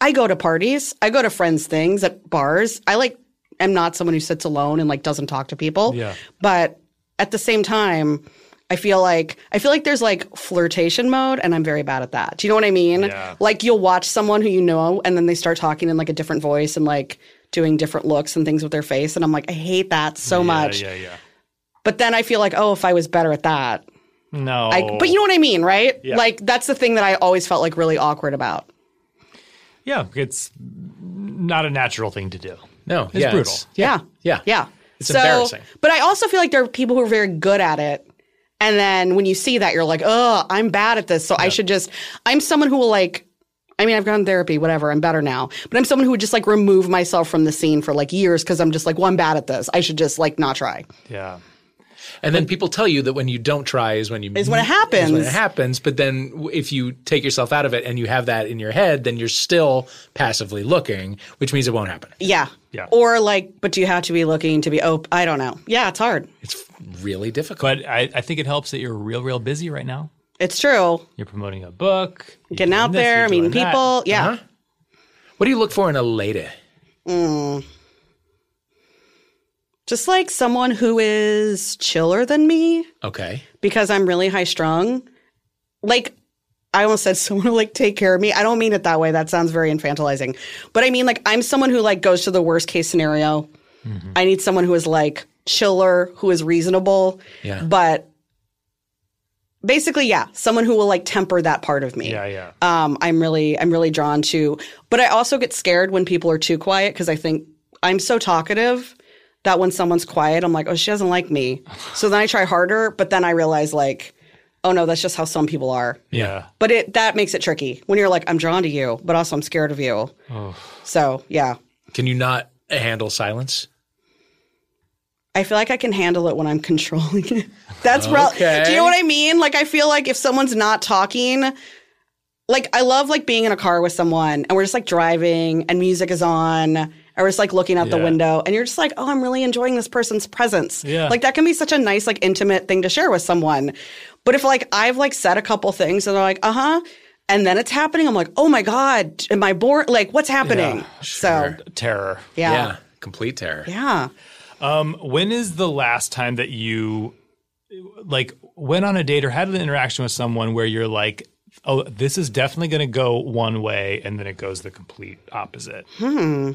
[SPEAKER 4] I go to parties, I go to friends' things at bars. I like am not someone who sits alone and like doesn't talk to people.
[SPEAKER 2] Yeah.
[SPEAKER 4] But at the same time, I feel like I feel like there's like flirtation mode, and I'm very bad at that. Do you know what I mean?
[SPEAKER 2] Yeah.
[SPEAKER 4] Like you'll watch someone who you know, and then they start talking in like a different voice and like doing different looks and things with their face, and I'm like, I hate that so much.
[SPEAKER 2] Yeah, yeah.
[SPEAKER 4] But then I feel like, oh, if I was better at that,
[SPEAKER 2] No.
[SPEAKER 4] I, but you know what I mean, right? Like that's the thing that I always felt like really awkward about.
[SPEAKER 2] yeah, it's not a natural thing to do.
[SPEAKER 1] no,
[SPEAKER 2] It's
[SPEAKER 1] yeah,
[SPEAKER 2] brutal.
[SPEAKER 4] Yeah.
[SPEAKER 1] yeah.
[SPEAKER 4] Yeah.
[SPEAKER 1] It's embarrassing.
[SPEAKER 4] But I also feel like there are people who are very good at it. And then when you see that, you're like, oh, I'm bad at this. So I should just, I'm someone who will like, I mean, I've gone to therapy, whatever, I'm better now. But I'm someone who would just like remove myself from the scene for like years because I'm just like, well, I'm bad at this. I should just like not try.
[SPEAKER 2] Yeah.
[SPEAKER 1] And then people tell you that when you don't try is when you
[SPEAKER 4] Is when it happens.
[SPEAKER 1] is when it happens. But then w- if you take yourself out of it and you have that in your head, then you're still passively looking, which means it won't happen.
[SPEAKER 4] Yeah.
[SPEAKER 2] Yeah.
[SPEAKER 4] Or like, but do you have to be looking to be, oh, I don't know. Yeah, it's hard.
[SPEAKER 1] It's really difficult.
[SPEAKER 2] But I, I think it helps that you're real, real busy right now.
[SPEAKER 4] It's true.
[SPEAKER 2] You're promoting a book, you're
[SPEAKER 4] Getting
[SPEAKER 2] doing
[SPEAKER 4] out
[SPEAKER 2] this,
[SPEAKER 4] there,
[SPEAKER 2] you're
[SPEAKER 4] meeting
[SPEAKER 2] doing that.
[SPEAKER 4] people. Yeah.
[SPEAKER 1] What do you look for in a lady?
[SPEAKER 4] Just like someone who is chiller than me.
[SPEAKER 1] Okay.
[SPEAKER 4] because I'm really high strung. Like I almost said someone will like take care of me. I don't mean it that way. That sounds very infantilizing. But I mean like I'm someone who like goes to the worst case scenario. I need someone who is like chiller, who is reasonable.
[SPEAKER 1] Yeah.
[SPEAKER 4] But basically, yeah, someone who will like temper that part of me.
[SPEAKER 2] Yeah, yeah.
[SPEAKER 4] Um, I'm really I'm really drawn to but I also get scared when people are too quiet because I think I'm so talkative that when someone's quiet, I'm like, oh, she doesn't like me. So then I try harder, but then I realize like, oh no, that's just how some people are.
[SPEAKER 2] Yeah.
[SPEAKER 4] But it that makes it tricky when you're like, I'm drawn to you, but also I'm scared of you. So yeah.
[SPEAKER 1] Can you not handle silence?
[SPEAKER 4] I feel like I can handle it when I'm controlling it. That's rel-
[SPEAKER 1] Okay.
[SPEAKER 4] Do you know what I mean? Like I feel like if someone's not talking, like I love like being in a car with someone and we're just like driving and music is on and we're just like looking out the
[SPEAKER 2] Yeah.
[SPEAKER 4] window and you're just like, oh, I'm really enjoying this person's presence.
[SPEAKER 2] Yeah.
[SPEAKER 4] Like that can be such a nice, like intimate thing to share with someone. But if like I've like said a couple things and they're like, uh-huh. And then it's happening. I'm like, oh my God, am I bored? Like, what's happening? So,
[SPEAKER 2] Terror.
[SPEAKER 4] yeah.
[SPEAKER 1] Complete terror.
[SPEAKER 4] Yeah.
[SPEAKER 2] When is the last time that you like went on a date or had an interaction with someone where you're like, oh, this is definitely going to go one way and then it goes the complete opposite? Hmm.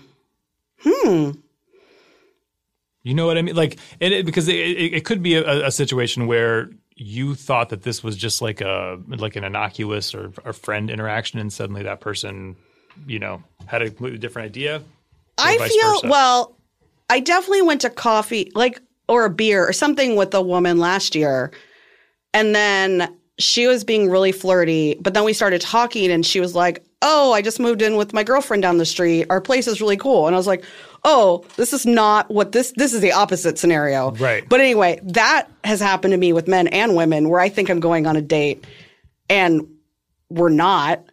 [SPEAKER 2] Hmm.
[SPEAKER 4] Hmm.
[SPEAKER 2] You know what I mean? Like, it, it- because it, it, it could be a, a situation where you thought that this was just like a like an innocuous or a friend interaction, and suddenly that person, you know, had a completely different idea.
[SPEAKER 4] I
[SPEAKER 2] vice
[SPEAKER 4] feel
[SPEAKER 2] versa?
[SPEAKER 4] well. I definitely went to coffee, like or a beer or something with a woman last year, and then she was being really flirty. But then we started talking, and she was like, "Oh, I just moved in with my girlfriend down the street. Our place is really cool." And I was like, "Oh, this is not what this. This is the opposite scenario."
[SPEAKER 2] Right.
[SPEAKER 4] But anyway, that has happened to me with men and women, where I think I'm going on a date, and we're not.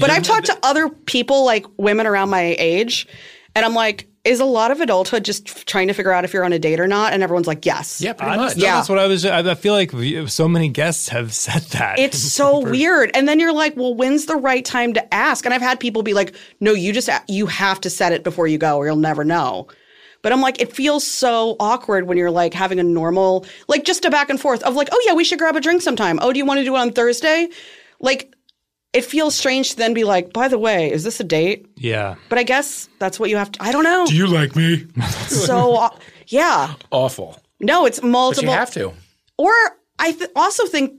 [SPEAKER 4] But I've talked to other people, like women around my age, and I'm like, is a lot of adulthood just f- trying to figure out if you're on a date or not? And everyone's like, yes.
[SPEAKER 1] Yeah, pretty much.
[SPEAKER 2] Honestly,
[SPEAKER 4] Yeah.
[SPEAKER 2] that's what I was. I I feel like we- so many guests have said that.
[SPEAKER 4] It's so weird. And then you're like, well, when's the right time to ask? And I've had people be like, no, you just, a- you have to set it before you go or you'll never know. But I'm like, it feels so awkward when you're like having a normal, like just a back and forth of like, oh yeah, we should grab a drink sometime. Oh, do you want to do it on Thursday? Like, it feels strange to then be like, by the way, is this a date?
[SPEAKER 2] yeah.
[SPEAKER 4] But I guess that's what you have to. I don't know.
[SPEAKER 2] you like me?
[SPEAKER 4] so aw- yeah,
[SPEAKER 1] Awful.
[SPEAKER 4] no, it's
[SPEAKER 1] But you
[SPEAKER 4] multiple.
[SPEAKER 1] have to.
[SPEAKER 4] Or I th- also think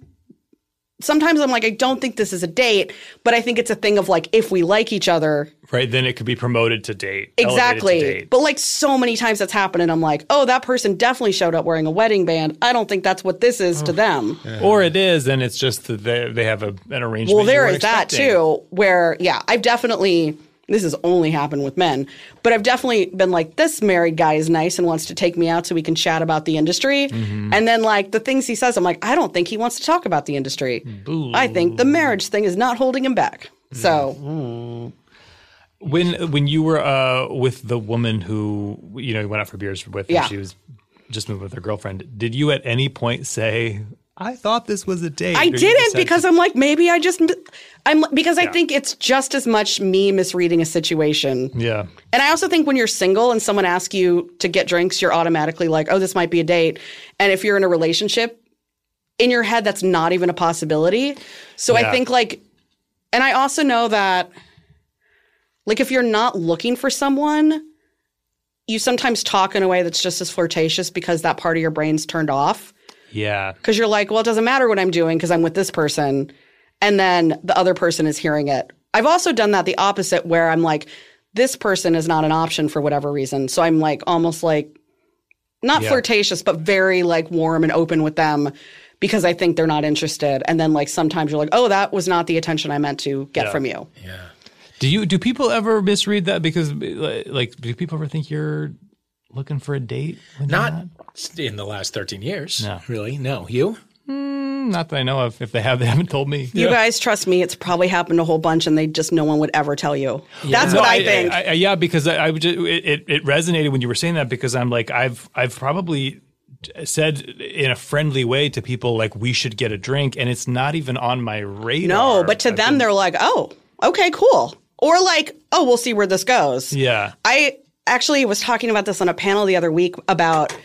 [SPEAKER 4] sometimes I'm like, I don't think this is a date, but I think it's a thing of like if we like each other,
[SPEAKER 2] Right. Then it could be promoted to date. elevated
[SPEAKER 4] exactly.
[SPEAKER 2] To date.
[SPEAKER 4] But like so many times that's happened, and I'm like, oh, that person definitely showed up wearing a wedding band. I don't think that's what this is to them.
[SPEAKER 2] Or it is, and it's just that they, they have a, an arrangement.
[SPEAKER 4] Well, there
[SPEAKER 2] you weren't
[SPEAKER 4] is that
[SPEAKER 2] expecting.
[SPEAKER 4] too, where yeah, I've definitely This has only happened with men, but I've definitely been like, this married guy is nice and wants to take me out so we can chat about the industry.
[SPEAKER 2] Mm-hmm.
[SPEAKER 4] And then, like, the things he says, I'm like, I don't think he wants to talk about the industry. I think the marriage thing is not holding him back.
[SPEAKER 2] Mm.
[SPEAKER 4] So,
[SPEAKER 2] When when you were uh, with the woman who you know you went out for beers with,
[SPEAKER 4] Yeah.
[SPEAKER 2] and she was just moving with her girlfriend. Did you at any point say, "I thought this was a date"? or
[SPEAKER 4] I
[SPEAKER 2] you just
[SPEAKER 4] didn't
[SPEAKER 2] had to-
[SPEAKER 4] because I'm like maybe I just I'm because I think it's just as much me misreading a situation.
[SPEAKER 2] yeah,
[SPEAKER 4] And I also think when you're single and someone asks you to get drinks, you're automatically like, "Oh, this might be a date." And if you're in a relationship, in your head that's not even a possibility. So I
[SPEAKER 2] Yeah.
[SPEAKER 4] think like and I also know that like if you're not looking for someone, you sometimes talk in a way that's just as flirtatious because that part of your brain's turned off
[SPEAKER 2] yeah,
[SPEAKER 4] because you're like, well, it doesn't matter what I'm doing because I'm with this person. And then the other person is hearing it. I've also done that the opposite where I'm like, this person is not an option for whatever reason. So I'm like almost like not flirtatious, but very like warm and open with them because I think they're not interested. And then like sometimes you're like, oh, that was not the attention I meant to get from you.
[SPEAKER 2] Do you do people ever misread that? Because like, do people ever think you're looking for a date? when they're
[SPEAKER 1] Not in the last 13 years.
[SPEAKER 2] No.
[SPEAKER 1] Really? No. You?
[SPEAKER 2] not that I know of. If they have, they haven't told me.
[SPEAKER 4] You guys trust me, it's probably happened a whole bunch and they just no one would ever tell you. That's what I, think.
[SPEAKER 2] I, I- yeah, because I, I would just, it, it- it resonated when you were saying that because I'm like I've I've probably said in a friendly way to people like we should get a drink, and it's not even on my radar.
[SPEAKER 4] No, but to them, they're like, oh, okay, cool. Or like, oh, we'll see where this goes.
[SPEAKER 2] yeah,
[SPEAKER 4] I actually was talking about this on a panel the other week about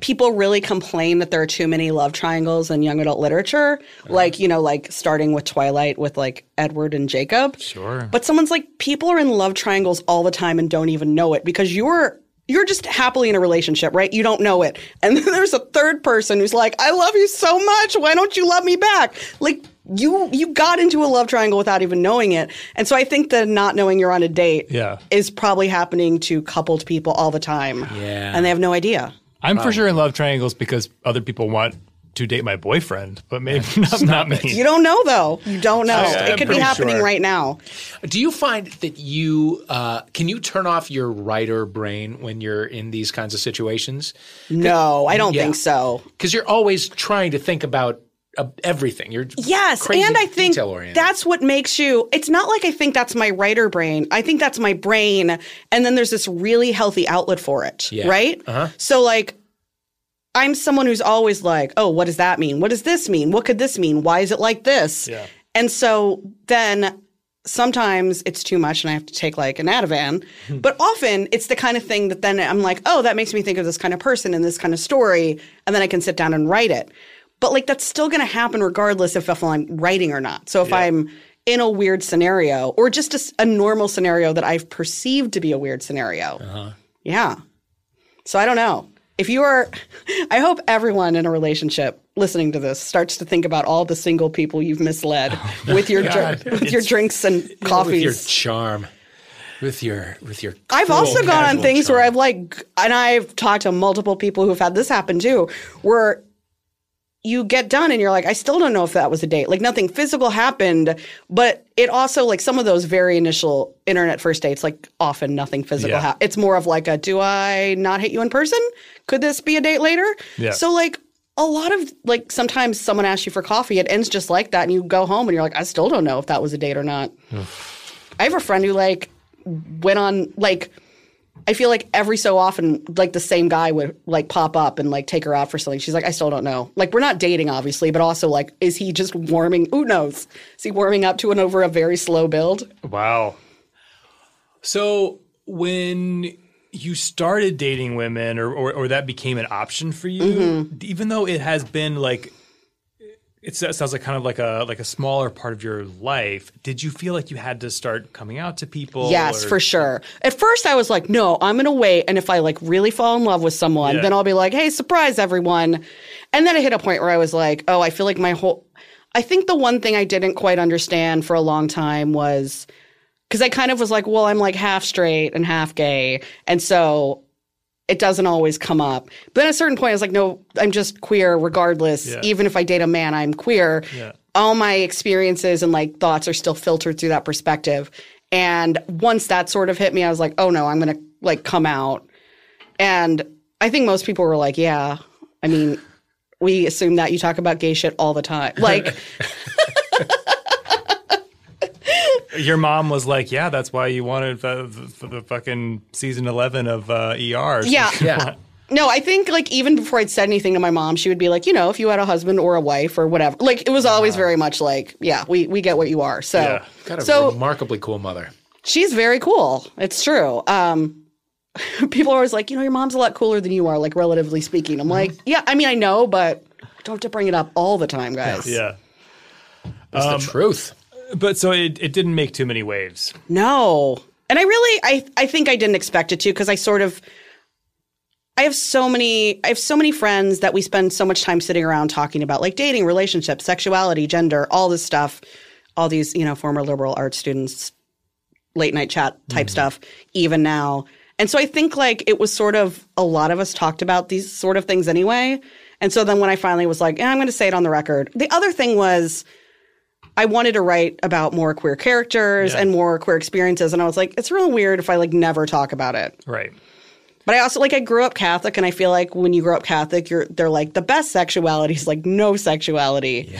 [SPEAKER 4] people really complain that there are too many love triangles in young adult literature. Like, you know, like starting with Twilight with like Edward and Jacob. Sure. But someone's like, people are in love triangles all the time and don't even know it because you're. You're just happily in a relationship, right? You don't know it. And then there's a third person who's like, "I love you so much. Why don't you love me back?" Like you you got into a love triangle without even knowing it. And so I think the not knowing you're on a date
[SPEAKER 2] Yeah.
[SPEAKER 4] is probably happening to coupled people all the time.
[SPEAKER 1] Yeah.
[SPEAKER 4] And they have no idea.
[SPEAKER 2] I'm for sure in love triangles because other people want to date my boyfriend, but maybe not, not me.
[SPEAKER 4] You don't know though. You don't know.
[SPEAKER 1] I'm
[SPEAKER 4] it could be
[SPEAKER 1] pretty
[SPEAKER 4] happening
[SPEAKER 1] sure.
[SPEAKER 4] right now.
[SPEAKER 1] Do you find that you uh, can you turn off your writer brain when you're in these kinds of situations?
[SPEAKER 4] No, I don't
[SPEAKER 1] Yeah.
[SPEAKER 4] think so.
[SPEAKER 1] Because you're always trying to think about uh, everything. You're
[SPEAKER 4] Yes,
[SPEAKER 1] crazy
[SPEAKER 4] and I think
[SPEAKER 1] detail-oriented.
[SPEAKER 4] that's what makes you. It's not like I think that's my writer brain. I think that's my brain, and then there's this really healthy outlet for it,
[SPEAKER 1] Yeah. Uh-huh.
[SPEAKER 4] right? So like, I'm someone who's always like, oh, what does that mean? What does this mean? What could this mean? Why is it like this? And so then sometimes it's too much and I have to take like an Ativan. but often it's the kind of thing that then I'm like, oh, that makes me think of this kind of person and this kind of story. And then I can sit down and write it. But like that's still going to happen regardless if, if I'm writing or not. So if I'm in a weird scenario or just a, s- a normal scenario that I've perceived to be a weird scenario. Yeah. So I don't know. If you are, I hope everyone in a relationship listening to this starts to think about all the single people you've misled
[SPEAKER 1] Oh
[SPEAKER 4] with your dr- with your drinks and
[SPEAKER 1] with your
[SPEAKER 4] coffees.
[SPEAKER 1] charm, with your with your.
[SPEAKER 4] I've
[SPEAKER 1] cruel,
[SPEAKER 4] also gone on
[SPEAKER 1] casual
[SPEAKER 4] things
[SPEAKER 1] charm.
[SPEAKER 4] where I've like, and I've talked to multiple people who've had this happen too, where you get done and you're like, I still don't know if that was a date. Like nothing physical happened, but it also like some of those very initial internet first dates, like often nothing physical.
[SPEAKER 2] Yeah.
[SPEAKER 4] hap- it's more of like a, do I not hit you in person? Could this be a date later?
[SPEAKER 2] Yeah.
[SPEAKER 4] So like a lot of like sometimes someone asks you for coffee, it ends just like that, and you go home and you're like, I still don't know if that was a date or not. I have a friend who like went on like I feel like every so often, like the same guy would like pop up and like take her out for something. She's like, I still don't know. Like we're not dating, obviously, but also like, is he just warming? Who knows? Is he warming up to and over a very slow build?
[SPEAKER 2] Wow. So when you started dating women or, or, or that became an option for you,
[SPEAKER 4] Mm-hmm.
[SPEAKER 2] even though it has been like it so- sounds like kind of like a like a smaller part of your life, did you feel like you had to start coming out to people?
[SPEAKER 4] Yes,
[SPEAKER 2] or-
[SPEAKER 4] for sure. At first, I was like, no, I'm going to wait. And if I like really fall in love with someone,
[SPEAKER 2] Yeah.
[SPEAKER 4] then I'll be like, hey, surprise everyone. And then I hit a point where I was like, oh, I feel like my whole. I think the one thing I didn't quite understand for a long time was because I kind of was like, well, I'm like half straight and half gay. And so it doesn't always come up. But at a certain point, I was like, no, I'm just queer regardless. Even if I date a man, I'm queer. All my experiences and like thoughts are still filtered through that perspective. And once that sort of hit me, I was like, oh no, I'm going to like come out. And I think most people were like, yeah. I mean, we assume that you talk about gay shit all the time. Like,
[SPEAKER 3] Your mom was like, "Yeah, that's why you wanted the, the, the fucking season eleven of uh,
[SPEAKER 2] E
[SPEAKER 3] ER."
[SPEAKER 4] yeah.
[SPEAKER 1] Yeah.
[SPEAKER 4] No, I think like even before I'd said anything to my mom, she would be like, you know, if you had a husband or a wife or whatever. Like it was always very much like, yeah, we we get what you are. So
[SPEAKER 3] Yeah.
[SPEAKER 1] Got a
[SPEAKER 4] So-
[SPEAKER 1] remarkably cool mother.
[SPEAKER 4] she's very cool. It's true. Um, people are always like, you know, your mom's a lot cooler than you are, like relatively speaking.
[SPEAKER 3] Mm-hmm.
[SPEAKER 4] I'm like, yeah, I mean, I know, but I don't have to bring it up all the time, guys.
[SPEAKER 3] yeah.
[SPEAKER 1] That's the truth.
[SPEAKER 3] But so it, it didn't make too many waves.
[SPEAKER 4] No. And I really I I think I didn't expect it to because I sort of I have so many I have so many friends that we spend so much time sitting around talking about like dating, relationships, sexuality, gender, all this stuff. All these, you know, former liberal arts students late night chat type stuff even now. And so I think like it was sort of a lot of us talked about these sort of things anyway. And so then when I finally was like, eh, I'm going to say it on the record. The other thing was I wanted to write about more queer characters and more queer experiences and I was like, it's real weird if I like never talk about it.
[SPEAKER 3] Right.
[SPEAKER 4] But I also like I grew up Catholic, and I feel like when you grow up Catholic, you're they're like the best sexuality is like no sexuality,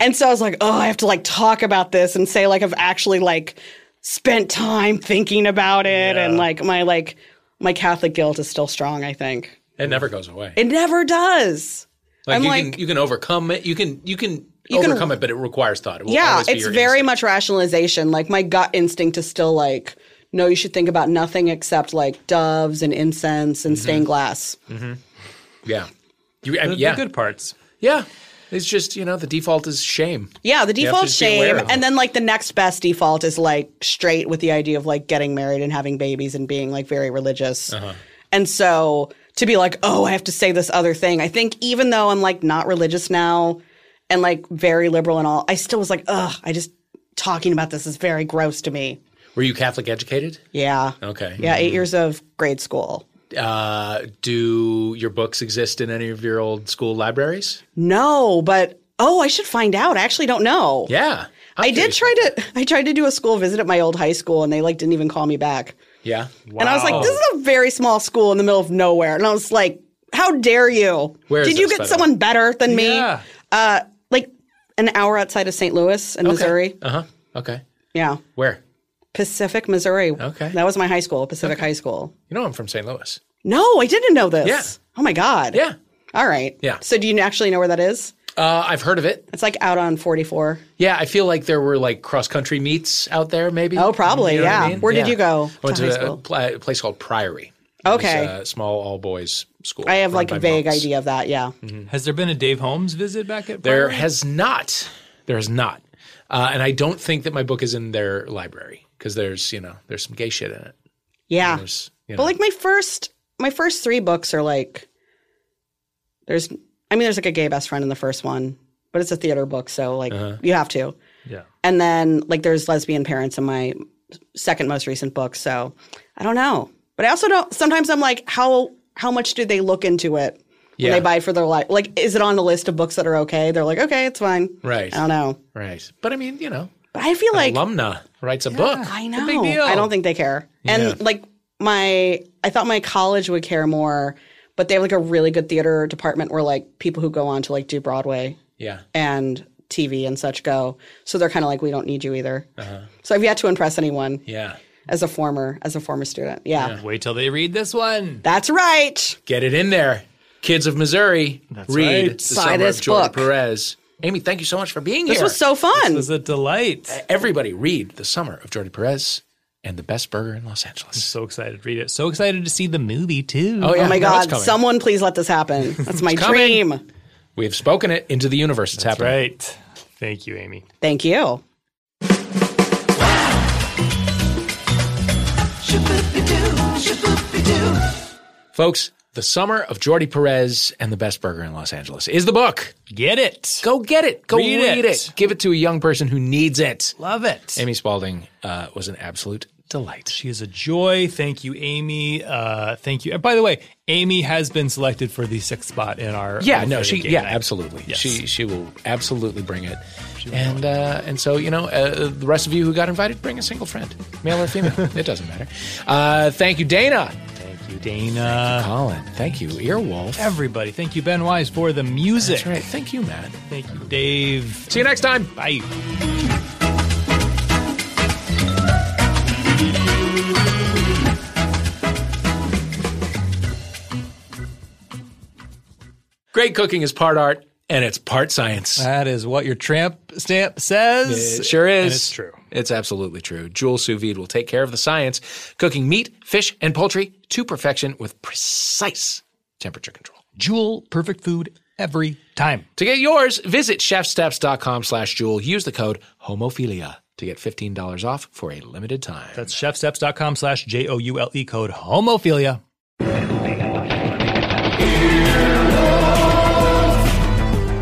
[SPEAKER 4] and so I was like, oh, I have to like talk about this and say like I've actually like spent time thinking about it, and like my like my Catholic guilt is still strong. I think
[SPEAKER 1] It never goes away.
[SPEAKER 4] it never does.
[SPEAKER 1] like
[SPEAKER 4] I'm
[SPEAKER 1] you
[SPEAKER 4] like-
[SPEAKER 1] can you can overcome it. You can you can
[SPEAKER 4] You can-
[SPEAKER 1] overcome it, but it requires thought. It will
[SPEAKER 4] Yeah,
[SPEAKER 1] always be
[SPEAKER 4] it's
[SPEAKER 1] your
[SPEAKER 4] very
[SPEAKER 1] instinct.
[SPEAKER 4] much rationalization. Like my gut instinct is still like, no, you should think about nothing except like doves and incense and
[SPEAKER 1] Mm-hmm.
[SPEAKER 4] stained glass.
[SPEAKER 1] yeah. You, and
[SPEAKER 3] The, the
[SPEAKER 1] yeah,
[SPEAKER 3] good parts.
[SPEAKER 1] yeah. It's just you know the default is shame.
[SPEAKER 4] Yeah, the default
[SPEAKER 1] just be aware
[SPEAKER 4] shame,
[SPEAKER 1] of
[SPEAKER 4] and
[SPEAKER 1] it.
[SPEAKER 4] then like the next best default is like straight with the idea of like getting married and having babies and being like very religious.
[SPEAKER 1] Uh-huh.
[SPEAKER 4] And so to be like, oh, I have to say this other thing. I think even though I'm like not religious now and like very liberal and all, I still was like, ugh, I just talking about this is very gross to me.
[SPEAKER 1] Were you Catholic educated?
[SPEAKER 4] Yeah.
[SPEAKER 1] Okay. Mm-hmm.
[SPEAKER 4] Yeah, eight years of grade school.
[SPEAKER 1] Uh, do your books exist in any of your old school libraries?
[SPEAKER 4] No, but oh, I should find out. I actually don't know.
[SPEAKER 1] Yeah. I'm
[SPEAKER 4] I did
[SPEAKER 1] curious.
[SPEAKER 4] try to I tried to do a school visit at my old high school and they like didn't even call me back.
[SPEAKER 1] Yeah.
[SPEAKER 4] And I was like, this is a very small school in the middle of nowhere. And I was like, how dare you?
[SPEAKER 1] Where is
[SPEAKER 4] Did you
[SPEAKER 1] this,
[SPEAKER 4] get
[SPEAKER 1] by the way?
[SPEAKER 4] someone better than me?
[SPEAKER 3] Yeah.
[SPEAKER 4] Uh, like an hour outside of St. Louis in Missouri.
[SPEAKER 1] Uh huh. Okay.
[SPEAKER 4] Yeah.
[SPEAKER 1] Where?
[SPEAKER 4] Pacific, Missouri.
[SPEAKER 1] Okay.
[SPEAKER 4] That was my high school, Pacific High School.
[SPEAKER 1] You know I'm from St. Louis.
[SPEAKER 4] No, I didn't know this.
[SPEAKER 1] Yeah.
[SPEAKER 4] Oh my God.
[SPEAKER 1] Yeah.
[SPEAKER 4] All right.
[SPEAKER 1] Yeah.
[SPEAKER 4] So do you actually know where that is?
[SPEAKER 1] Uh, I've heard of it.
[SPEAKER 4] It's like out on 44.
[SPEAKER 1] Yeah, I feel like there were like cross country meets out there, maybe.
[SPEAKER 4] Oh, probably,
[SPEAKER 1] what
[SPEAKER 4] yeah. Where did you go
[SPEAKER 1] I went
[SPEAKER 4] to
[SPEAKER 1] to
[SPEAKER 4] high
[SPEAKER 1] a,
[SPEAKER 4] school?
[SPEAKER 1] pla- place called Priory. It
[SPEAKER 4] Okay.
[SPEAKER 1] was a small all boys school.
[SPEAKER 4] I have
[SPEAKER 1] run
[SPEAKER 4] like
[SPEAKER 1] by
[SPEAKER 4] a vague
[SPEAKER 1] monks.
[SPEAKER 4] idea of that. Yeah.
[SPEAKER 1] Mm-hmm.
[SPEAKER 3] Has there been a Dave Holmes visit back at
[SPEAKER 1] There
[SPEAKER 3] Priory?
[SPEAKER 1] has not. There has not. Uh, and I don't think that my book is in their library because there's you know there's some gay shit in it.
[SPEAKER 4] Yeah.
[SPEAKER 1] There's you know,
[SPEAKER 4] But like my first my first three books are like there's I mean there's like a gay best friend in the first one, but it's a theater book, so like
[SPEAKER 1] Uh-huh.
[SPEAKER 4] you have to.
[SPEAKER 3] Yeah.
[SPEAKER 4] And then like there's lesbian parents in my second most recent book, so I don't know. But I also don't sometimes I'm like, how how much do they look into it when
[SPEAKER 1] Yeah.
[SPEAKER 4] they buy it for their life? Like, is it on the list of books that are okay? They're like, okay, it's fine.
[SPEAKER 1] Right.
[SPEAKER 4] I don't know.
[SPEAKER 1] right. But I mean you know
[SPEAKER 4] But I feel like
[SPEAKER 1] alumna writes a book.
[SPEAKER 4] I
[SPEAKER 1] It's
[SPEAKER 4] know.
[SPEAKER 1] a big deal.
[SPEAKER 4] I don't think they care. And like my, I thought my college would care more, but they have like a really good theater department where like people who go on to like do Broadway
[SPEAKER 1] Yeah.
[SPEAKER 4] and TV and such go. So they're kind of like, we don't need you either. So I've yet to impress anyone
[SPEAKER 1] Uh-huh. Yeah.
[SPEAKER 4] as a former as a former student. Yeah,
[SPEAKER 3] Wait till they read this one.
[SPEAKER 4] that's right.
[SPEAKER 1] Get it in there, kids of Missouri. read
[SPEAKER 3] right.
[SPEAKER 1] the
[SPEAKER 4] Buy
[SPEAKER 1] summer
[SPEAKER 4] this
[SPEAKER 1] of Jordan
[SPEAKER 4] book.
[SPEAKER 1] Perez. Amy, thank you so much for being here.
[SPEAKER 4] This was so fun.
[SPEAKER 3] It was a delight.
[SPEAKER 1] Everybody read The Summer of Jordi Perez and The Best Burger in Los Angeles.
[SPEAKER 2] Mm.
[SPEAKER 3] So excited to read it. So excited to see the movie too.
[SPEAKER 1] yeah.
[SPEAKER 4] oh my
[SPEAKER 1] no, it's
[SPEAKER 4] God!
[SPEAKER 1] coming.
[SPEAKER 4] Someone please let this happen. That's my
[SPEAKER 1] coming.
[SPEAKER 4] dream.
[SPEAKER 1] We have spoken it into the universe. It's happening.
[SPEAKER 3] Right. Thank you, Amy.
[SPEAKER 4] Thank you.
[SPEAKER 1] Folks, The Summer of Jordi Perez and The Best Burger in Los Angeles is the book.
[SPEAKER 3] Get it.
[SPEAKER 1] Go get it. Go read,
[SPEAKER 3] Read
[SPEAKER 1] it.
[SPEAKER 3] it.
[SPEAKER 1] Give it to a young person who needs it.
[SPEAKER 3] Love it.
[SPEAKER 1] Amy Spalding uh, was an absolute delight.
[SPEAKER 2] She is a joy. Thank you, Amy. Uh, thank you. And by the way, Amy has been selected for the sixth spot in our
[SPEAKER 1] Yeah,
[SPEAKER 2] our
[SPEAKER 1] no,
[SPEAKER 2] favorite
[SPEAKER 1] she
[SPEAKER 2] game
[SPEAKER 1] yeah,
[SPEAKER 2] night.
[SPEAKER 1] absolutely. She she will absolutely bring it. And uh, and so you know, uh, the rest of you who got invited, bring a single friend, male or female. it doesn't matter. Uh, thank you, Dana,
[SPEAKER 2] Thank you, Dana.
[SPEAKER 1] Colin. Thank you, Earwolf.
[SPEAKER 2] Everybody. Thank you, Ben Wise, for the music.
[SPEAKER 1] That's right. Thank you, Matt.
[SPEAKER 2] Thank you, Dave.
[SPEAKER 1] See you next time.
[SPEAKER 2] Bye.
[SPEAKER 1] Great cooking is part art and it's part science.
[SPEAKER 2] That is what your tramp stamp says.
[SPEAKER 1] It sure is.
[SPEAKER 2] And it's true.
[SPEAKER 1] It's absolutely true. Jewel Sous Vide will take care of the science, cooking meat, fish, and poultry to perfection with precise temperature control.
[SPEAKER 2] Jewel, perfect food every time.
[SPEAKER 1] To get yours, visit chefsteps.com slash jewel. Use the code HOMOPHILIA to get $15 off for a limited time.
[SPEAKER 2] That's chefsteps.com slash J O U L E code homophilia.